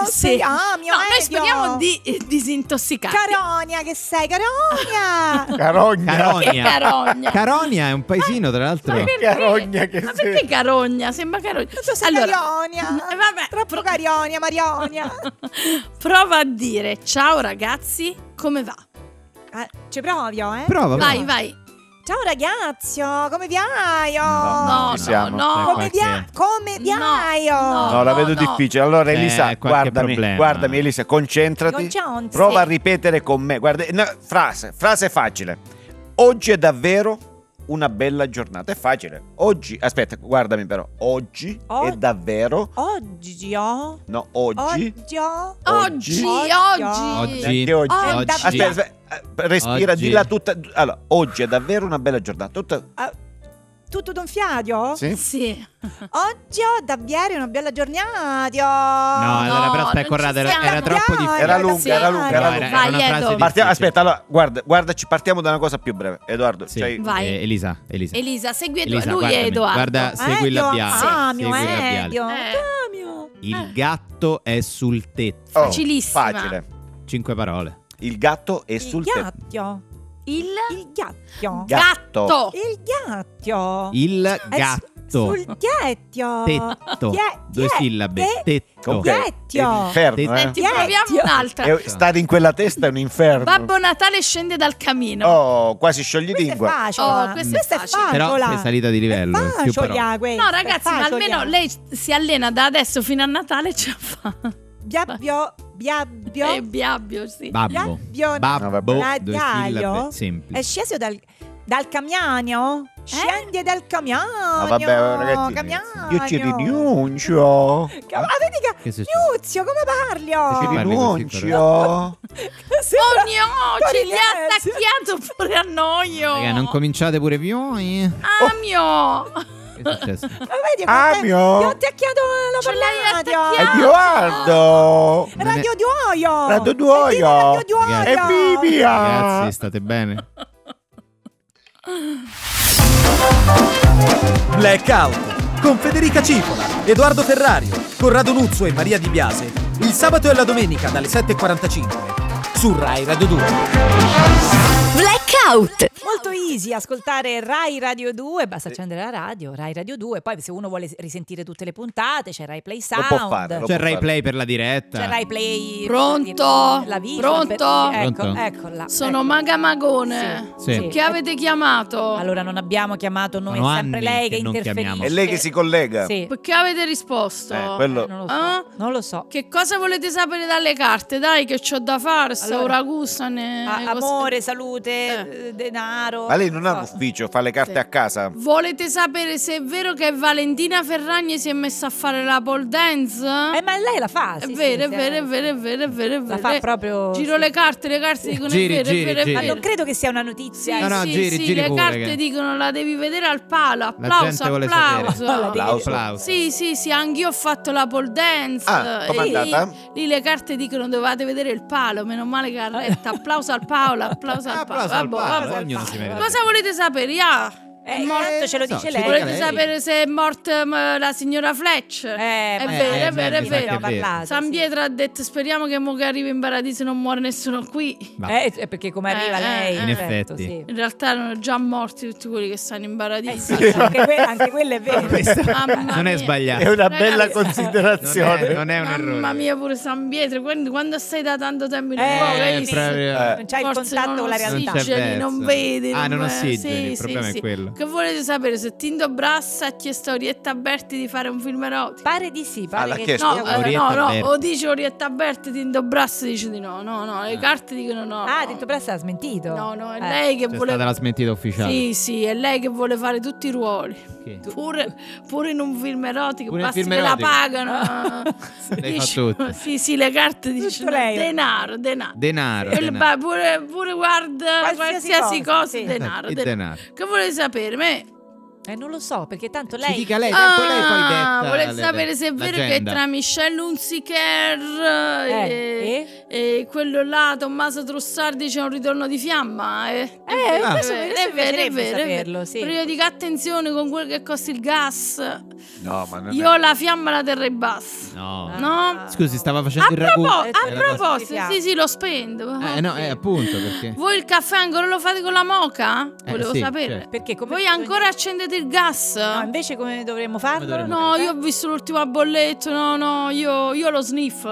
[SPEAKER 5] Sì.
[SPEAKER 3] speriamo,
[SPEAKER 5] No, noi
[SPEAKER 3] Elio.
[SPEAKER 5] speriamo di eh, disintossicarti.
[SPEAKER 3] Caronia, che sei, Caronia!
[SPEAKER 4] Carogna.
[SPEAKER 5] Che
[SPEAKER 8] Carogna.
[SPEAKER 5] carogna.
[SPEAKER 8] Caronia è un paesino, tra
[SPEAKER 5] Ma
[SPEAKER 8] l'altro.
[SPEAKER 5] perché?
[SPEAKER 4] Carogna che
[SPEAKER 5] Ma
[SPEAKER 4] sei.
[SPEAKER 5] perché carogna? Sembra carogna.
[SPEAKER 3] Tu sei Caronia!
[SPEAKER 5] eh, vabbè,
[SPEAKER 3] Troppo
[SPEAKER 5] pro-
[SPEAKER 3] Caronia, Marionia!
[SPEAKER 5] Prova a dire ciao ragazzi, come va?
[SPEAKER 3] Eh, ci provo, eh?
[SPEAKER 8] Prova,
[SPEAKER 5] Vai,
[SPEAKER 8] prova.
[SPEAKER 5] vai.
[SPEAKER 3] Ciao ragazzo, come viaio?
[SPEAKER 4] No,
[SPEAKER 5] No,
[SPEAKER 4] ci siamo.
[SPEAKER 5] no, no.
[SPEAKER 3] Come,
[SPEAKER 8] Qualche-
[SPEAKER 3] via- come Oh, viaio?
[SPEAKER 5] no.
[SPEAKER 4] No, la vedo
[SPEAKER 5] no.
[SPEAKER 4] difficile. Allora, Elisa,
[SPEAKER 8] Eh, qualche
[SPEAKER 4] guardami,
[SPEAKER 8] problema.
[SPEAKER 4] guardami, Elisa, concentrati.
[SPEAKER 3] Concentrati.
[SPEAKER 4] Prova a ripetere con me. Guarda, no, frase, frase facile. Oggi è davvero una bella giornata. È facile. Oggi, aspetta, guardami però. Oggi
[SPEAKER 3] O-
[SPEAKER 4] è davvero.
[SPEAKER 3] Oggi, oh?
[SPEAKER 4] No, oggi.
[SPEAKER 3] Oggi, oh?
[SPEAKER 5] Oggi,
[SPEAKER 4] Oggi.
[SPEAKER 5] oggi.
[SPEAKER 8] Oggi.
[SPEAKER 4] Anche
[SPEAKER 5] Oggi.
[SPEAKER 4] oggi.
[SPEAKER 8] Oggi.
[SPEAKER 4] Aspetta, aspetta, eh, respira,
[SPEAKER 8] Oggi.
[SPEAKER 4] dilla tutta. Allora, oggi è davvero una bella giornata. Tutta-
[SPEAKER 3] Ah, tutto d'un fiato?
[SPEAKER 4] Sì?
[SPEAKER 5] Sì.
[SPEAKER 3] Oggi ho davvero una bella giornata!
[SPEAKER 8] No, allora,
[SPEAKER 5] No,
[SPEAKER 8] però aspetta,
[SPEAKER 5] non
[SPEAKER 8] Corrado,
[SPEAKER 5] ci
[SPEAKER 8] era, era
[SPEAKER 5] siamo.
[SPEAKER 8] troppo difficile.
[SPEAKER 4] Era lunga, era lunga, era
[SPEAKER 8] No,
[SPEAKER 4] lunga.
[SPEAKER 8] era
[SPEAKER 5] Vai,
[SPEAKER 8] una frase
[SPEAKER 5] Edo.
[SPEAKER 8] difficile.
[SPEAKER 4] Partiamo- aspetta, allora, guarda, guardaci, partiamo da una cosa più breve. Edoardo, oh,
[SPEAKER 8] Sì.
[SPEAKER 4] c'hai-
[SPEAKER 5] Vai.
[SPEAKER 8] Eh, Elisa, Elisa.
[SPEAKER 5] Elisa, segui Edo-
[SPEAKER 8] Elisa,
[SPEAKER 5] lui è
[SPEAKER 8] guardami,
[SPEAKER 5] Edoardo.
[SPEAKER 8] guarda- segui il
[SPEAKER 3] Edio,
[SPEAKER 8] labiale,
[SPEAKER 3] Amio,
[SPEAKER 8] segui il labiale.
[SPEAKER 3] Edio,
[SPEAKER 5] Eh.
[SPEAKER 3] Amio.
[SPEAKER 8] Il gatto è sul tetto.
[SPEAKER 4] Oh,
[SPEAKER 5] Facilissima.
[SPEAKER 4] Facile.
[SPEAKER 8] Cinque parole.
[SPEAKER 4] Il gatto è
[SPEAKER 3] Il
[SPEAKER 4] sul tetto.
[SPEAKER 3] gatto.
[SPEAKER 5] Il
[SPEAKER 3] Il gatto. Eh.
[SPEAKER 5] gatto.
[SPEAKER 4] Gatto.
[SPEAKER 3] Il gatto.
[SPEAKER 8] Il
[SPEAKER 3] È
[SPEAKER 8] gatto.
[SPEAKER 3] Sul tetto.
[SPEAKER 8] Tetto.
[SPEAKER 3] Tie-
[SPEAKER 8] Due
[SPEAKER 3] tie-
[SPEAKER 8] sillabe.
[SPEAKER 3] te-
[SPEAKER 8] Tetto.
[SPEAKER 4] Ok, è
[SPEAKER 3] Gatto.
[SPEAKER 4] un inferno, eh.
[SPEAKER 5] Senti,
[SPEAKER 3] Gatto.
[SPEAKER 5] proviamo un'altra.
[SPEAKER 4] E stare in quella testa è un inferno.
[SPEAKER 5] Babbo Natale scende dal camino.
[SPEAKER 4] Oh, quasi sciogli
[SPEAKER 3] Questa è
[SPEAKER 4] lingua.
[SPEAKER 3] facile.
[SPEAKER 5] Oh, questa è facile.
[SPEAKER 8] Però
[SPEAKER 3] facola.
[SPEAKER 8] è salita di livello. eh, Più
[SPEAKER 3] Facile,
[SPEAKER 8] parole.
[SPEAKER 3] questa,
[SPEAKER 5] No, ragazzi, ma
[SPEAKER 3] facile.
[SPEAKER 5] almeno lei si allena da adesso fino a Natale ce la fa.
[SPEAKER 3] Biabbio, biabbio,
[SPEAKER 5] E biabbio, sì.
[SPEAKER 8] Babbo.
[SPEAKER 3] Gabbio-
[SPEAKER 4] No,
[SPEAKER 8] Babbo.
[SPEAKER 4] vabbè.
[SPEAKER 8] Due
[SPEAKER 3] Ragaglio.
[SPEAKER 8] sillabe
[SPEAKER 3] è
[SPEAKER 8] semplici.
[SPEAKER 3] sceso dal, dal camiano?
[SPEAKER 5] Eh?
[SPEAKER 3] Scende dal camiano.
[SPEAKER 4] Ah, vabbè, ragazzi.
[SPEAKER 3] camiano.
[SPEAKER 4] Io ci rinuncio.
[SPEAKER 3] Cam- Ma vedi che...
[SPEAKER 8] Che succede?
[SPEAKER 3] Nuzio, come
[SPEAKER 4] Ci
[SPEAKER 8] Parli
[SPEAKER 3] parlo?
[SPEAKER 8] così,
[SPEAKER 4] rinuncio.
[SPEAKER 3] Sembra-
[SPEAKER 5] Oh no,
[SPEAKER 3] Tori
[SPEAKER 5] ce li
[SPEAKER 3] Lenz.
[SPEAKER 5] ha attacchiato pure a noi. oh.
[SPEAKER 8] Raga, non cominciate pure più. eh?
[SPEAKER 5] Amio!
[SPEAKER 8] Che è successo?
[SPEAKER 3] Ma vedi,
[SPEAKER 4] Amio.
[SPEAKER 3] Ti ho attacchiato la
[SPEAKER 5] Ce l'hai
[SPEAKER 3] pallata.
[SPEAKER 5] attacchiata.
[SPEAKER 4] Edoardo.
[SPEAKER 8] Non è-
[SPEAKER 3] Radio Duoio.
[SPEAKER 4] Radio Duoio.
[SPEAKER 3] E viva Radio
[SPEAKER 8] Ragazzi.
[SPEAKER 3] Duoio.
[SPEAKER 4] E
[SPEAKER 8] Ragazzi,
[SPEAKER 4] Bibbia.
[SPEAKER 8] state bene?
[SPEAKER 7] Blackout con Federica Cipola, Edoardo Ferrario, Corrado Nuzzo e Maria Di Biase il sabato e la domenica dalle 7.45 su Rai Radio 2.
[SPEAKER 1] Blackout. Blackout!
[SPEAKER 3] Molto easy ascoltare Rai Radio 2, basta accendere la radio, Rai Radio 2, poi se uno vuole risentire tutte le puntate c'è Rai Play
[SPEAKER 4] Lo
[SPEAKER 3] Sound.
[SPEAKER 4] può fare, lo
[SPEAKER 8] C'è
[SPEAKER 4] può
[SPEAKER 8] Rai
[SPEAKER 4] fare.
[SPEAKER 8] Play per la diretta.
[SPEAKER 3] C'è Rai Play
[SPEAKER 5] Pronto?
[SPEAKER 3] la vita,
[SPEAKER 5] Pronto?
[SPEAKER 3] per- ecco,
[SPEAKER 8] Pronto?
[SPEAKER 3] eccola.
[SPEAKER 5] Sono
[SPEAKER 3] ecco.
[SPEAKER 5] Maga Magone.
[SPEAKER 8] Sì. Sì.
[SPEAKER 5] Che avete chiamato?
[SPEAKER 3] Allora non abbiamo chiamato noi,
[SPEAKER 8] Sono
[SPEAKER 3] è sempre
[SPEAKER 8] anni
[SPEAKER 3] lei
[SPEAKER 8] che
[SPEAKER 3] che,
[SPEAKER 8] non
[SPEAKER 3] interferisce.
[SPEAKER 8] chiamiamo.
[SPEAKER 4] È lei che si collega.
[SPEAKER 3] Sì.
[SPEAKER 5] Perché avete risposto?
[SPEAKER 4] Eh, quello-
[SPEAKER 3] Non lo so.
[SPEAKER 5] Ah?
[SPEAKER 3] Non lo so.
[SPEAKER 5] Che cosa volete sapere dalle carte? Dai, che c'ho da fare, sta
[SPEAKER 3] Allora-
[SPEAKER 5] Uragusta ne-
[SPEAKER 3] Ah,
[SPEAKER 5] ne cose-
[SPEAKER 3] amore, salute, eh, denaro.
[SPEAKER 4] Ma lei non ha un
[SPEAKER 3] so.
[SPEAKER 4] ufficio, fa le carte
[SPEAKER 5] Sì.
[SPEAKER 4] a casa.
[SPEAKER 5] Volete sapere se è vero che Valentina Ferragni si è messa a fare la pole dance?
[SPEAKER 3] Eh, ma lei la fa.
[SPEAKER 5] Ah. È
[SPEAKER 3] sì,
[SPEAKER 5] vero,
[SPEAKER 3] sì,
[SPEAKER 5] è
[SPEAKER 3] sì,
[SPEAKER 5] vero,
[SPEAKER 3] eh.
[SPEAKER 5] è vero, è vero, è vero, è
[SPEAKER 3] La
[SPEAKER 5] vero. Eh,
[SPEAKER 3] fa proprio-
[SPEAKER 5] Giro
[SPEAKER 3] sì. Eh,
[SPEAKER 5] le carte, le carte dicono
[SPEAKER 8] Giri,
[SPEAKER 5] è vero,
[SPEAKER 8] giri,
[SPEAKER 5] è vero, è
[SPEAKER 8] giri.
[SPEAKER 5] vero.
[SPEAKER 3] Ma non credo che sia una notizia.
[SPEAKER 5] Sì,
[SPEAKER 8] No, no,
[SPEAKER 5] sì,
[SPEAKER 8] giri,
[SPEAKER 5] sì,
[SPEAKER 8] giri
[SPEAKER 5] le
[SPEAKER 8] pure,
[SPEAKER 5] carte
[SPEAKER 8] che-
[SPEAKER 5] dicono la devi vedere al palo.
[SPEAKER 8] La
[SPEAKER 5] Applauso,
[SPEAKER 8] gente vuole
[SPEAKER 5] applauso.
[SPEAKER 8] sapere.
[SPEAKER 4] Applauso.
[SPEAKER 8] Applauso.
[SPEAKER 5] Sì, sì, sì, anch'io ho fatto la pole dance.
[SPEAKER 4] Ah, com'è
[SPEAKER 5] E lì-
[SPEAKER 4] andata?
[SPEAKER 5] Lì, le carte dicono dovevate vedere il palo, meno male che ha retto. Applauso al Paolo, applauso al Paolo.
[SPEAKER 8] Applauso al
[SPEAKER 5] Vabbè,
[SPEAKER 8] Paolo, eh,
[SPEAKER 5] vabbè.
[SPEAKER 8] ognuno si merita.
[SPEAKER 5] Cosa volete sapere? Ah,
[SPEAKER 3] Eh, certo, ce lo
[SPEAKER 8] so,
[SPEAKER 3] dice
[SPEAKER 8] ci
[SPEAKER 3] lei.
[SPEAKER 8] dica
[SPEAKER 5] volete
[SPEAKER 8] lei.
[SPEAKER 5] sapere se è morta mm, la signora Fletcher?
[SPEAKER 3] Eh,
[SPEAKER 5] è
[SPEAKER 3] ma-
[SPEAKER 5] vero,
[SPEAKER 8] eh,
[SPEAKER 5] è vero,
[SPEAKER 8] eh,
[SPEAKER 5] è
[SPEAKER 8] mi sa che
[SPEAKER 5] vero.
[SPEAKER 8] è vero.
[SPEAKER 3] Parlato,
[SPEAKER 5] San
[SPEAKER 3] sì.
[SPEAKER 5] Pietro ha detto speriamo che mo che arrivi in paradiso non muore nessuno qui.
[SPEAKER 8] Va.
[SPEAKER 3] Eh, eh, perché come arriva
[SPEAKER 5] Eh,
[SPEAKER 3] lei,
[SPEAKER 5] eh,
[SPEAKER 8] in
[SPEAKER 3] certo,
[SPEAKER 8] effetti.
[SPEAKER 3] sì.
[SPEAKER 5] In realtà erano già morti tutti quelli che stanno in
[SPEAKER 3] Eh,
[SPEAKER 5] paradiso.
[SPEAKER 3] sì, anche, que- anche quello è vero.
[SPEAKER 5] Mamma
[SPEAKER 8] Non
[SPEAKER 5] mia.
[SPEAKER 8] è
[SPEAKER 4] È
[SPEAKER 8] sbagliato.
[SPEAKER 4] una
[SPEAKER 5] Ragazzi, eh,
[SPEAKER 4] bella
[SPEAKER 8] Non è,
[SPEAKER 4] considerazione.
[SPEAKER 8] non è un errore.
[SPEAKER 5] Mamma mia, pure San Pietro, quando, quando stai da tanto tempo in
[SPEAKER 3] Eh,
[SPEAKER 5] fuoco, hai
[SPEAKER 8] Eh,
[SPEAKER 3] sì.
[SPEAKER 5] visto?
[SPEAKER 8] proprio-
[SPEAKER 3] Non c'hai il
[SPEAKER 5] Forse
[SPEAKER 3] contatto con la
[SPEAKER 5] non
[SPEAKER 3] realtà.
[SPEAKER 8] c'è
[SPEAKER 5] ossigeni,
[SPEAKER 8] verso.
[SPEAKER 5] non vedi.
[SPEAKER 8] Ah, non
[SPEAKER 5] eh,
[SPEAKER 8] ossigeni,
[SPEAKER 5] sì,
[SPEAKER 8] il
[SPEAKER 5] sì,
[SPEAKER 8] problema è
[SPEAKER 5] sì.
[SPEAKER 8] quello.
[SPEAKER 5] Che volete sapere se Tindo Brassa ha chiesto a Orietta Berti di fare un film erotico?
[SPEAKER 3] Pare di sì, pare
[SPEAKER 4] l'ha
[SPEAKER 3] che
[SPEAKER 4] chiesto?
[SPEAKER 5] No,
[SPEAKER 3] sia-
[SPEAKER 5] eh,
[SPEAKER 8] Orietta
[SPEAKER 5] no, no,
[SPEAKER 8] Berti.
[SPEAKER 5] o dice Orietta Berti, Tindo Brassa dice di no, no, no, le carte dicono no.
[SPEAKER 3] Ah, ha
[SPEAKER 5] no.
[SPEAKER 3] detto Presta ha smentito.
[SPEAKER 5] No, no, è
[SPEAKER 3] Eh.
[SPEAKER 5] lei che
[SPEAKER 8] C'è
[SPEAKER 5] vuole...
[SPEAKER 8] stata la smentita ufficiale.
[SPEAKER 5] Sì, sì, è lei che vuole fare tutti i ruoli.
[SPEAKER 8] Che?
[SPEAKER 5] Pure, pure in un film erotico,
[SPEAKER 8] Pure in
[SPEAKER 5] basti
[SPEAKER 8] film
[SPEAKER 5] che la
[SPEAKER 8] erotico.
[SPEAKER 5] pagano.
[SPEAKER 8] Lei fa
[SPEAKER 5] Dice-
[SPEAKER 8] tutto.
[SPEAKER 5] Sì, sì, le carte dicono
[SPEAKER 3] lei.
[SPEAKER 5] denaro, denaro.
[SPEAKER 8] Denaro.
[SPEAKER 5] E il
[SPEAKER 8] denaro.
[SPEAKER 5] ba- pure, pure guarda
[SPEAKER 3] Qualsiasi
[SPEAKER 5] qualsiasi,
[SPEAKER 3] cosa,
[SPEAKER 5] cosa,
[SPEAKER 3] sì.
[SPEAKER 5] denaro,
[SPEAKER 8] Eh, Il
[SPEAKER 5] denaro.
[SPEAKER 8] denaro.
[SPEAKER 5] Che volete sapere? Me...
[SPEAKER 3] Eh, non lo so, perché tanto
[SPEAKER 8] Ci
[SPEAKER 3] lei...
[SPEAKER 8] dica lei, tanto Eh, lei poi
[SPEAKER 5] Ah,
[SPEAKER 8] detta
[SPEAKER 5] volete
[SPEAKER 8] le-
[SPEAKER 5] sapere se è vero che
[SPEAKER 8] l'agenda.
[SPEAKER 5] tra Michelle Unziker
[SPEAKER 3] Eh,
[SPEAKER 5] e, e quello là, Tommaso Trussardi, c'è un ritorno di fiamma? Eh,
[SPEAKER 3] Eh,
[SPEAKER 8] Ah.
[SPEAKER 3] questo mi questo mi piacerebbe saperlo, sì.
[SPEAKER 5] Periodica attenzione con quel che costa il gas.
[SPEAKER 4] No, ma non è-
[SPEAKER 5] Io la fiamma la terra e bassa.
[SPEAKER 3] eh?
[SPEAKER 8] No.
[SPEAKER 5] No?
[SPEAKER 8] Scusi, stava
[SPEAKER 5] A,
[SPEAKER 8] facendo il ragù.
[SPEAKER 5] propos- a
[SPEAKER 8] Eh, Era da-
[SPEAKER 5] proposito, sì, sì, lo spendo.
[SPEAKER 8] Eh, no, eh, appunto perché.
[SPEAKER 5] Voi il caffè ancora lo fate con la moca?
[SPEAKER 8] Eh,
[SPEAKER 5] Volevo
[SPEAKER 8] sì,
[SPEAKER 5] sapere.
[SPEAKER 8] certo.
[SPEAKER 3] Perché come
[SPEAKER 5] Voi
[SPEAKER 3] bisogna-
[SPEAKER 5] ancora accendete il gas?
[SPEAKER 3] No, invece come dovremmo farlo?
[SPEAKER 8] dovremmo
[SPEAKER 5] No, io ho visto l'ultimo bolletto. No, no, io, io lo sniff.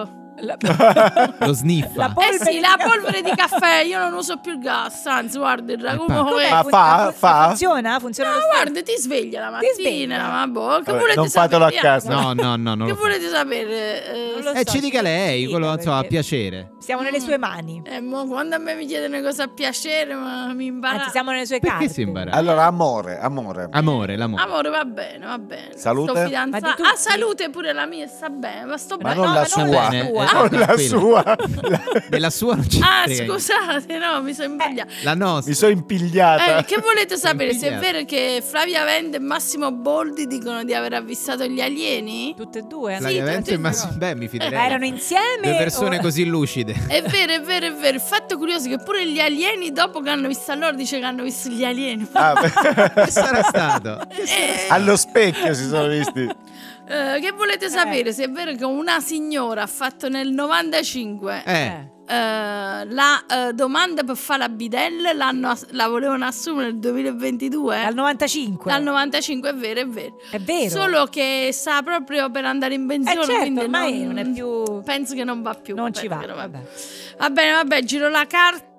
[SPEAKER 3] La-
[SPEAKER 8] Lo sniffa.
[SPEAKER 3] La po-
[SPEAKER 5] Eh
[SPEAKER 3] Polvere
[SPEAKER 5] sì,
[SPEAKER 3] di
[SPEAKER 5] la
[SPEAKER 3] gas.
[SPEAKER 5] polvere di caffè. Io non uso più il gas. Anzi, guarda il
[SPEAKER 4] Eh,
[SPEAKER 5] ragù.
[SPEAKER 8] Ma
[SPEAKER 5] come-
[SPEAKER 4] Ma
[SPEAKER 3] Fun-
[SPEAKER 4] fa- fa?
[SPEAKER 3] Funziona? Funziona
[SPEAKER 5] No,
[SPEAKER 3] lo stesso?
[SPEAKER 5] guarda, ti sveglia la
[SPEAKER 3] Ti
[SPEAKER 5] mattina.
[SPEAKER 3] sveglia.
[SPEAKER 5] Ma boh, che
[SPEAKER 4] Vabbè,
[SPEAKER 5] volete
[SPEAKER 4] non
[SPEAKER 5] sapere?
[SPEAKER 4] fatelo a
[SPEAKER 5] Via.
[SPEAKER 4] casa.
[SPEAKER 8] No, no, no, non
[SPEAKER 5] Che
[SPEAKER 8] lo fa.
[SPEAKER 5] volete sapere? Eh,
[SPEAKER 3] Non lo
[SPEAKER 8] Eh,
[SPEAKER 3] so,
[SPEAKER 8] ci dica lei,
[SPEAKER 3] sì,
[SPEAKER 8] quello insomma, a
[SPEAKER 3] perché-
[SPEAKER 8] piacere.
[SPEAKER 3] Siamo nelle sue mani.
[SPEAKER 5] eh, mo, quando a me mi chiedono cosa piacere, ma mi imbarazzo.
[SPEAKER 3] Anzi, Ah, siamo nelle sue
[SPEAKER 8] Perché
[SPEAKER 3] carte.
[SPEAKER 8] si imbarazza?
[SPEAKER 4] Allora, amore, amore.
[SPEAKER 8] Amore, l'amore.
[SPEAKER 5] Amore, va bene, va bene.
[SPEAKER 4] Salute?
[SPEAKER 5] Sto
[SPEAKER 3] Ma di
[SPEAKER 5] fidanzato.
[SPEAKER 3] tutti?
[SPEAKER 5] Ah, salute pure la mia, sta bene, ma sto
[SPEAKER 4] Ma
[SPEAKER 5] bene.
[SPEAKER 4] non
[SPEAKER 3] no,
[SPEAKER 4] la
[SPEAKER 3] ma non la
[SPEAKER 4] sua. Eh,
[SPEAKER 3] sua.
[SPEAKER 4] Non la
[SPEAKER 8] Tranquilla.
[SPEAKER 4] sua.
[SPEAKER 8] Della sua non ci
[SPEAKER 5] Ah,
[SPEAKER 8] frega niente.
[SPEAKER 5] scusate, no, mi
[SPEAKER 3] Eh.
[SPEAKER 5] sono imbagliata.
[SPEAKER 8] La nostra.
[SPEAKER 4] Mi sono impigliata.
[SPEAKER 5] Eh, che volete sapere se è
[SPEAKER 8] impigliata.
[SPEAKER 5] vero che Flavia Vende e Massimo Boldi dicono di aver avvistato gli alieni?
[SPEAKER 3] Tutte e due?
[SPEAKER 8] La
[SPEAKER 3] hanno-
[SPEAKER 8] Gavenzo e Massimo- Beh, mi fiderei.
[SPEAKER 3] Ma Eh, erano insieme?
[SPEAKER 8] Due persone
[SPEAKER 3] o-
[SPEAKER 8] così lucide.
[SPEAKER 5] È vero, è vero, è vero. Il fatto curioso è che pure gli alieni, dopo che hanno visto loro, dice che hanno visto gli alieni.
[SPEAKER 4] Ah, beh.
[SPEAKER 8] Che sarà stato?
[SPEAKER 5] Eh,
[SPEAKER 4] Allo specchio si sono visti.
[SPEAKER 5] eh, che volete sapere se è vero che una signora ha fatto nel 95
[SPEAKER 8] Eh.
[SPEAKER 5] eh, la eh, domanda per fare la bidella l'hanno ass- la volevano assumere nel 2022?
[SPEAKER 3] Dal 95?
[SPEAKER 5] Dal 95 è vero, è vero.
[SPEAKER 3] È vero.
[SPEAKER 5] Solo che sta proprio per andare in
[SPEAKER 3] Eh
[SPEAKER 5] pensione,
[SPEAKER 3] certo,
[SPEAKER 5] quindi
[SPEAKER 3] ormai non, è più...
[SPEAKER 5] penso che non va più.
[SPEAKER 3] non
[SPEAKER 5] penso
[SPEAKER 3] ci va.
[SPEAKER 5] che non va
[SPEAKER 3] vabbè.
[SPEAKER 5] più. Va bene, vabbè, giro la carta.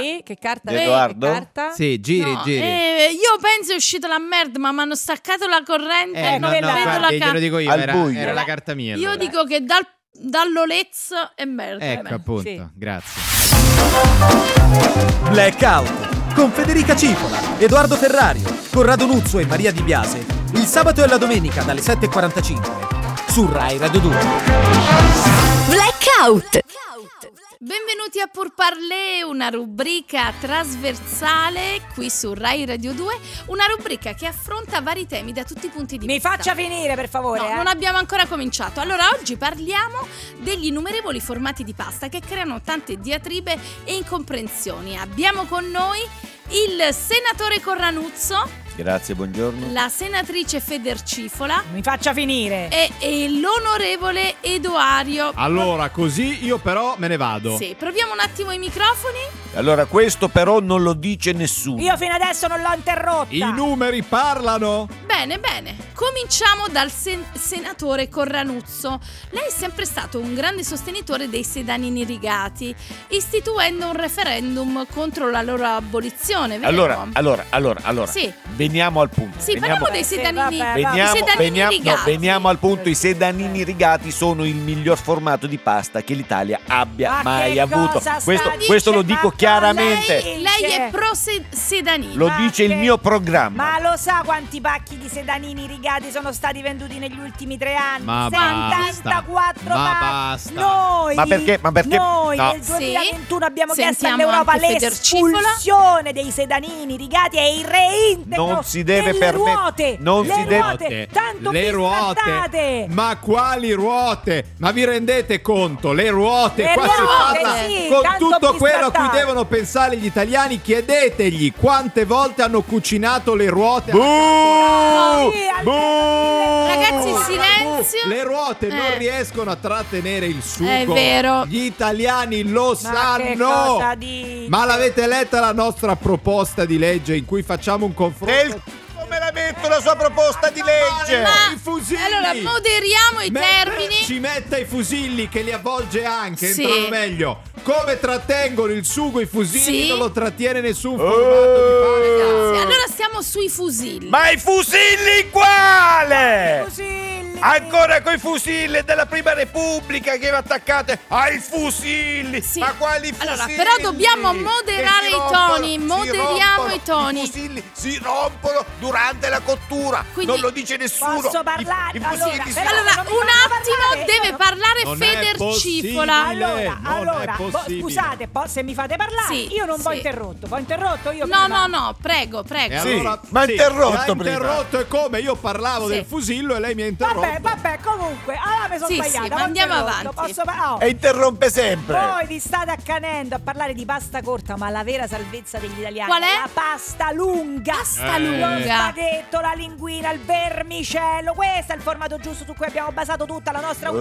[SPEAKER 3] Sì, che carta?
[SPEAKER 4] Di
[SPEAKER 3] eh,
[SPEAKER 4] Edoardo?
[SPEAKER 3] Che carta?
[SPEAKER 8] Sì, giri,
[SPEAKER 5] No,
[SPEAKER 8] giri.
[SPEAKER 5] eh, io penso è uscita la merda, ma mi hanno staccato la corrente.
[SPEAKER 8] Eh,
[SPEAKER 5] non
[SPEAKER 8] no, no,
[SPEAKER 5] vedo
[SPEAKER 3] quella-
[SPEAKER 5] la
[SPEAKER 8] guardi,
[SPEAKER 5] carta.
[SPEAKER 8] glielo dico io,
[SPEAKER 4] Al
[SPEAKER 8] era,
[SPEAKER 4] buio.
[SPEAKER 8] era la carta mia.
[SPEAKER 5] Io
[SPEAKER 8] allora.
[SPEAKER 5] dico che dal, dall'Olezzo è merda.
[SPEAKER 8] Ecco, appunto,
[SPEAKER 3] Sì.
[SPEAKER 8] grazie.
[SPEAKER 7] Blackout con Federica Cipola, Edoardo Ferrario, Corrado Nuzzo e Maria Di Biase il sabato e la domenica dalle 7.45 su Rai Radio 2.
[SPEAKER 1] Blackout!
[SPEAKER 5] Benvenuti a Pour Parler, una rubrica trasversale qui su Rai Radio 2, una rubrica che affronta vari temi da tutti i punti di
[SPEAKER 3] Mi
[SPEAKER 5] vista.
[SPEAKER 3] faccia finire, per favore.
[SPEAKER 5] No,
[SPEAKER 3] eh.
[SPEAKER 5] non abbiamo ancora cominciato. Allora, oggi parliamo degli innumerevoli formati di pasta che creano tante diatribe e incomprensioni. Abbiamo con noi il senatore Corranuzzo
[SPEAKER 4] Grazie, buongiorno.
[SPEAKER 5] la senatrice Federcifola
[SPEAKER 3] Mi faccia finire.
[SPEAKER 5] e, e l'onorevole Edoario.
[SPEAKER 8] Allora, così io però me ne vado.
[SPEAKER 5] Sì, proviamo un attimo i microfoni.
[SPEAKER 4] Allora, questo però non lo dice nessuno.
[SPEAKER 3] Io fino adesso non l'ho interrotta.
[SPEAKER 8] I numeri parlano.
[SPEAKER 5] Bene, bene. Cominciamo dal sen- senatore Corranuzzo. Lei è sempre stato un grande sostenitore dei sedani irrigati, istituendo un referendum contro la loro abolizione, vero?
[SPEAKER 4] Allora, allora, allora, allora.
[SPEAKER 5] Sì.
[SPEAKER 4] Veniamo al punto.
[SPEAKER 5] Sì,
[SPEAKER 4] veniamo,
[SPEAKER 5] parliamo dei
[SPEAKER 3] Sì,
[SPEAKER 5] sedanini.
[SPEAKER 3] vabbè, dei-
[SPEAKER 4] veniamo,
[SPEAKER 5] i sedanini
[SPEAKER 4] veniamo- no,
[SPEAKER 5] rigati.
[SPEAKER 4] veniamo al punto. I sedanini rigati sono il miglior formato di pasta che l'Italia abbia
[SPEAKER 3] Ma
[SPEAKER 4] mai
[SPEAKER 3] che
[SPEAKER 4] avuto.
[SPEAKER 3] cosa sta
[SPEAKER 4] Questo, questo lo
[SPEAKER 3] dicendo?
[SPEAKER 4] dico chiaramente.
[SPEAKER 5] Lei, lei è pro se- sedanini.
[SPEAKER 4] Lo
[SPEAKER 3] Ma
[SPEAKER 4] dice
[SPEAKER 3] che-
[SPEAKER 4] il mio programma.
[SPEAKER 3] Ma lo sa quanti pacchi di sedanini rigati sono stati venduti negli ultimi tre anni?
[SPEAKER 8] Ma basta.
[SPEAKER 3] 74
[SPEAKER 8] Ma
[SPEAKER 3] pacchi.
[SPEAKER 8] basta.
[SPEAKER 3] Noi,
[SPEAKER 4] Ma perché- ma perché-
[SPEAKER 3] noi
[SPEAKER 4] no.
[SPEAKER 3] nel
[SPEAKER 5] Sì.
[SPEAKER 3] 2021 abbiamo
[SPEAKER 5] Sentiamo
[SPEAKER 3] chiesto all'Europa
[SPEAKER 5] anche Federcifola.
[SPEAKER 3] l'espulsione dei sedanini rigati e il reintegro
[SPEAKER 4] Non si deve
[SPEAKER 3] delle
[SPEAKER 4] permet-
[SPEAKER 3] ruote.
[SPEAKER 4] non
[SPEAKER 3] le
[SPEAKER 4] si deve-
[SPEAKER 3] ruote, Tanto
[SPEAKER 8] le ruote.
[SPEAKER 3] bistratate.
[SPEAKER 8] Ma quali ruote? Ma vi rendete conto? Le ruote.
[SPEAKER 3] Le
[SPEAKER 8] Qua si
[SPEAKER 3] ruote,
[SPEAKER 8] parla
[SPEAKER 3] sì,
[SPEAKER 8] con
[SPEAKER 3] tanto
[SPEAKER 8] tutto quello a cui
[SPEAKER 3] bistrattare.
[SPEAKER 8] devono pensare gli italiani. Chiedetegli quante volte hanno cucinato le ruote.
[SPEAKER 3] Sì, al-
[SPEAKER 5] Ragazzi, silenzio.
[SPEAKER 8] Le ruote
[SPEAKER 5] Eh.
[SPEAKER 8] non riescono a trattenere il sugo.
[SPEAKER 5] È vero.
[SPEAKER 8] Gli italiani lo
[SPEAKER 3] Ma che
[SPEAKER 8] sanno.
[SPEAKER 3] cosa dite?
[SPEAKER 8] Ma l'avete letta la nostra proposta di legge in cui facciamo un
[SPEAKER 5] Eh,
[SPEAKER 8] confronto?
[SPEAKER 4] Del come la metto la sua proposta di legge?
[SPEAKER 5] Ma-
[SPEAKER 8] I fusili.
[SPEAKER 5] Ah, Allora, moderiamo i
[SPEAKER 8] Mette-
[SPEAKER 5] termini.
[SPEAKER 8] Ci metta i fusili che li avvolge anche,
[SPEAKER 5] Sì.
[SPEAKER 8] entrano meglio. Come trattengono il sugo i fusili?
[SPEAKER 5] Sì.
[SPEAKER 8] Non lo trattiene nessun formato di pane.
[SPEAKER 5] Sì, allora siamo sui fusili.
[SPEAKER 4] Oh! Ma i fusilli quale?
[SPEAKER 3] Fusilli.
[SPEAKER 4] Ancora coi fusilli della prima repubblica che attaccate ai fusilli!
[SPEAKER 5] Sì.
[SPEAKER 4] Ma quali fusilli?
[SPEAKER 5] Allora, però dobbiamo moderare
[SPEAKER 4] Che si
[SPEAKER 5] i
[SPEAKER 4] rompono,
[SPEAKER 5] toni,
[SPEAKER 4] si
[SPEAKER 5] moderiamo
[SPEAKER 4] rompono,
[SPEAKER 5] i toni.
[SPEAKER 4] fusilli si rompono durante la cottura,
[SPEAKER 5] Quindi-
[SPEAKER 4] non lo dice nessuno.
[SPEAKER 3] Posso parlare?
[SPEAKER 4] I, i fusilli
[SPEAKER 3] Allora,
[SPEAKER 4] si
[SPEAKER 3] però-
[SPEAKER 5] Allora,
[SPEAKER 3] non mi
[SPEAKER 5] un
[SPEAKER 3] fanno
[SPEAKER 5] attimo
[SPEAKER 3] parlare.
[SPEAKER 5] deve parlare
[SPEAKER 8] Non è
[SPEAKER 5] Federcifola.
[SPEAKER 8] possibile.
[SPEAKER 3] Allora,
[SPEAKER 8] Non è
[SPEAKER 3] allora bo-
[SPEAKER 8] possibile.
[SPEAKER 3] scusate, po- se mi fate parlare,
[SPEAKER 5] Sì,
[SPEAKER 3] io non
[SPEAKER 5] sì.
[SPEAKER 3] ho interrotto. Ho interrotto io
[SPEAKER 5] No, no,
[SPEAKER 3] prima.
[SPEAKER 5] no, prego, prego.
[SPEAKER 8] E
[SPEAKER 4] Sì,
[SPEAKER 8] allora-
[SPEAKER 4] ma ha interrotto
[SPEAKER 8] l'ha
[SPEAKER 4] prima.
[SPEAKER 8] interrotto e come? Io parlavo
[SPEAKER 5] Sì.
[SPEAKER 8] del fusillo e lei mi ha interrotto.
[SPEAKER 3] Vabbè, vabbè, comunque, allora mi sono
[SPEAKER 5] Sì, sì,
[SPEAKER 3] sbagliata.
[SPEAKER 5] ma
[SPEAKER 3] ho
[SPEAKER 5] andiamo
[SPEAKER 3] interrotto.
[SPEAKER 5] avanti.
[SPEAKER 3] Posso pa- oh.
[SPEAKER 8] Eh,
[SPEAKER 4] E interrompe sempre.
[SPEAKER 3] Voi vi state accanendo a parlare di pasta corta, ma la vera salvezza degli italiani
[SPEAKER 5] Qual è?
[SPEAKER 3] la pasta lunga.
[SPEAKER 5] Pasta
[SPEAKER 8] Eh.
[SPEAKER 3] Lo
[SPEAKER 5] lunga.
[SPEAKER 3] spaghetto, la linguina, il vermicello. Questo è il formato giusto su cui abbiamo basato tutta la nostra
[SPEAKER 8] Eh.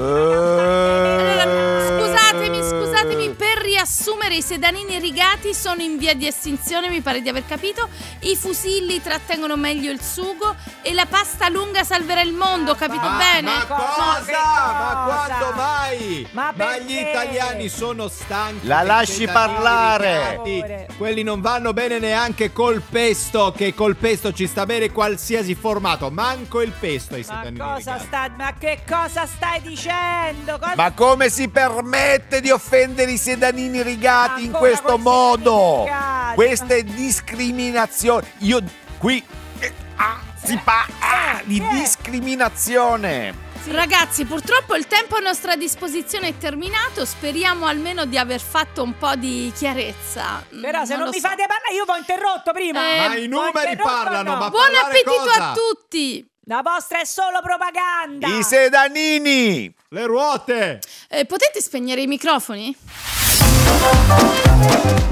[SPEAKER 4] Eh.
[SPEAKER 5] Allora, scusatemi, scusatemi, per riassumere i sedanini rigati sono in via di estinzione, mi pare di aver capito. I fusilli trattengono meglio il sugo e la pasta lunga salverà il mondo, capito
[SPEAKER 8] Ma,
[SPEAKER 5] bene?
[SPEAKER 8] ma
[SPEAKER 3] Ma che
[SPEAKER 8] cosa? Ma
[SPEAKER 3] cosa?
[SPEAKER 8] quando mai?
[SPEAKER 3] Ma
[SPEAKER 8] gli
[SPEAKER 3] perché?
[SPEAKER 8] italiani sono stanchi.
[SPEAKER 4] La
[SPEAKER 8] dei
[SPEAKER 4] lasci
[SPEAKER 8] sedani
[SPEAKER 4] parlare.
[SPEAKER 8] irrigati.
[SPEAKER 3] Per favore.
[SPEAKER 8] Quelli non vanno bene neanche col pesto, che col pesto ci sta bene qualsiasi formato, manco il pesto ai
[SPEAKER 3] Ma
[SPEAKER 8] sedani
[SPEAKER 3] cosa
[SPEAKER 8] irrigati.
[SPEAKER 3] sta- ma che cosa stai dicendo? Cosa-
[SPEAKER 4] Ma come si permette di offendere i sedanini rigati in
[SPEAKER 3] Ancora
[SPEAKER 4] questo
[SPEAKER 3] coi
[SPEAKER 4] modo?
[SPEAKER 3] sedanini rigati.
[SPEAKER 4] Questa è discriminazione. Io qui eh, ah, si parla
[SPEAKER 3] Eh,
[SPEAKER 4] di
[SPEAKER 3] eh.
[SPEAKER 4] discriminazione.
[SPEAKER 5] Ragazzi, purtroppo il tempo a nostra disposizione è terminato. Speriamo almeno di aver fatto un po' di chiarezza. Mm,
[SPEAKER 3] Però se non,
[SPEAKER 5] lo
[SPEAKER 3] mi
[SPEAKER 5] so.
[SPEAKER 3] fate parlare, io vi ho interrotto prima.
[SPEAKER 5] Eh,
[SPEAKER 8] Ma i numeri
[SPEAKER 3] interrotto,
[SPEAKER 8] parlano,
[SPEAKER 3] no?
[SPEAKER 8] ma
[SPEAKER 5] Buon
[SPEAKER 8] parlare
[SPEAKER 5] appetito
[SPEAKER 8] cosa?
[SPEAKER 5] a tutti!
[SPEAKER 3] La vostra è solo propaganda.
[SPEAKER 4] I sedanini.
[SPEAKER 8] Le ruote!
[SPEAKER 5] Eh, potete spegnere i microfoni?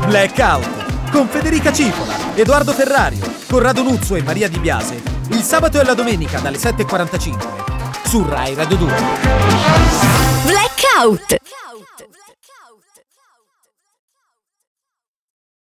[SPEAKER 7] Blackout con Federica Cipola, Edoardo Ferrario, Corrado Nuzzo e Maria Di Biase. Il sabato e la domenica dalle 7.45 su Rai Radio 2.
[SPEAKER 1] Blackout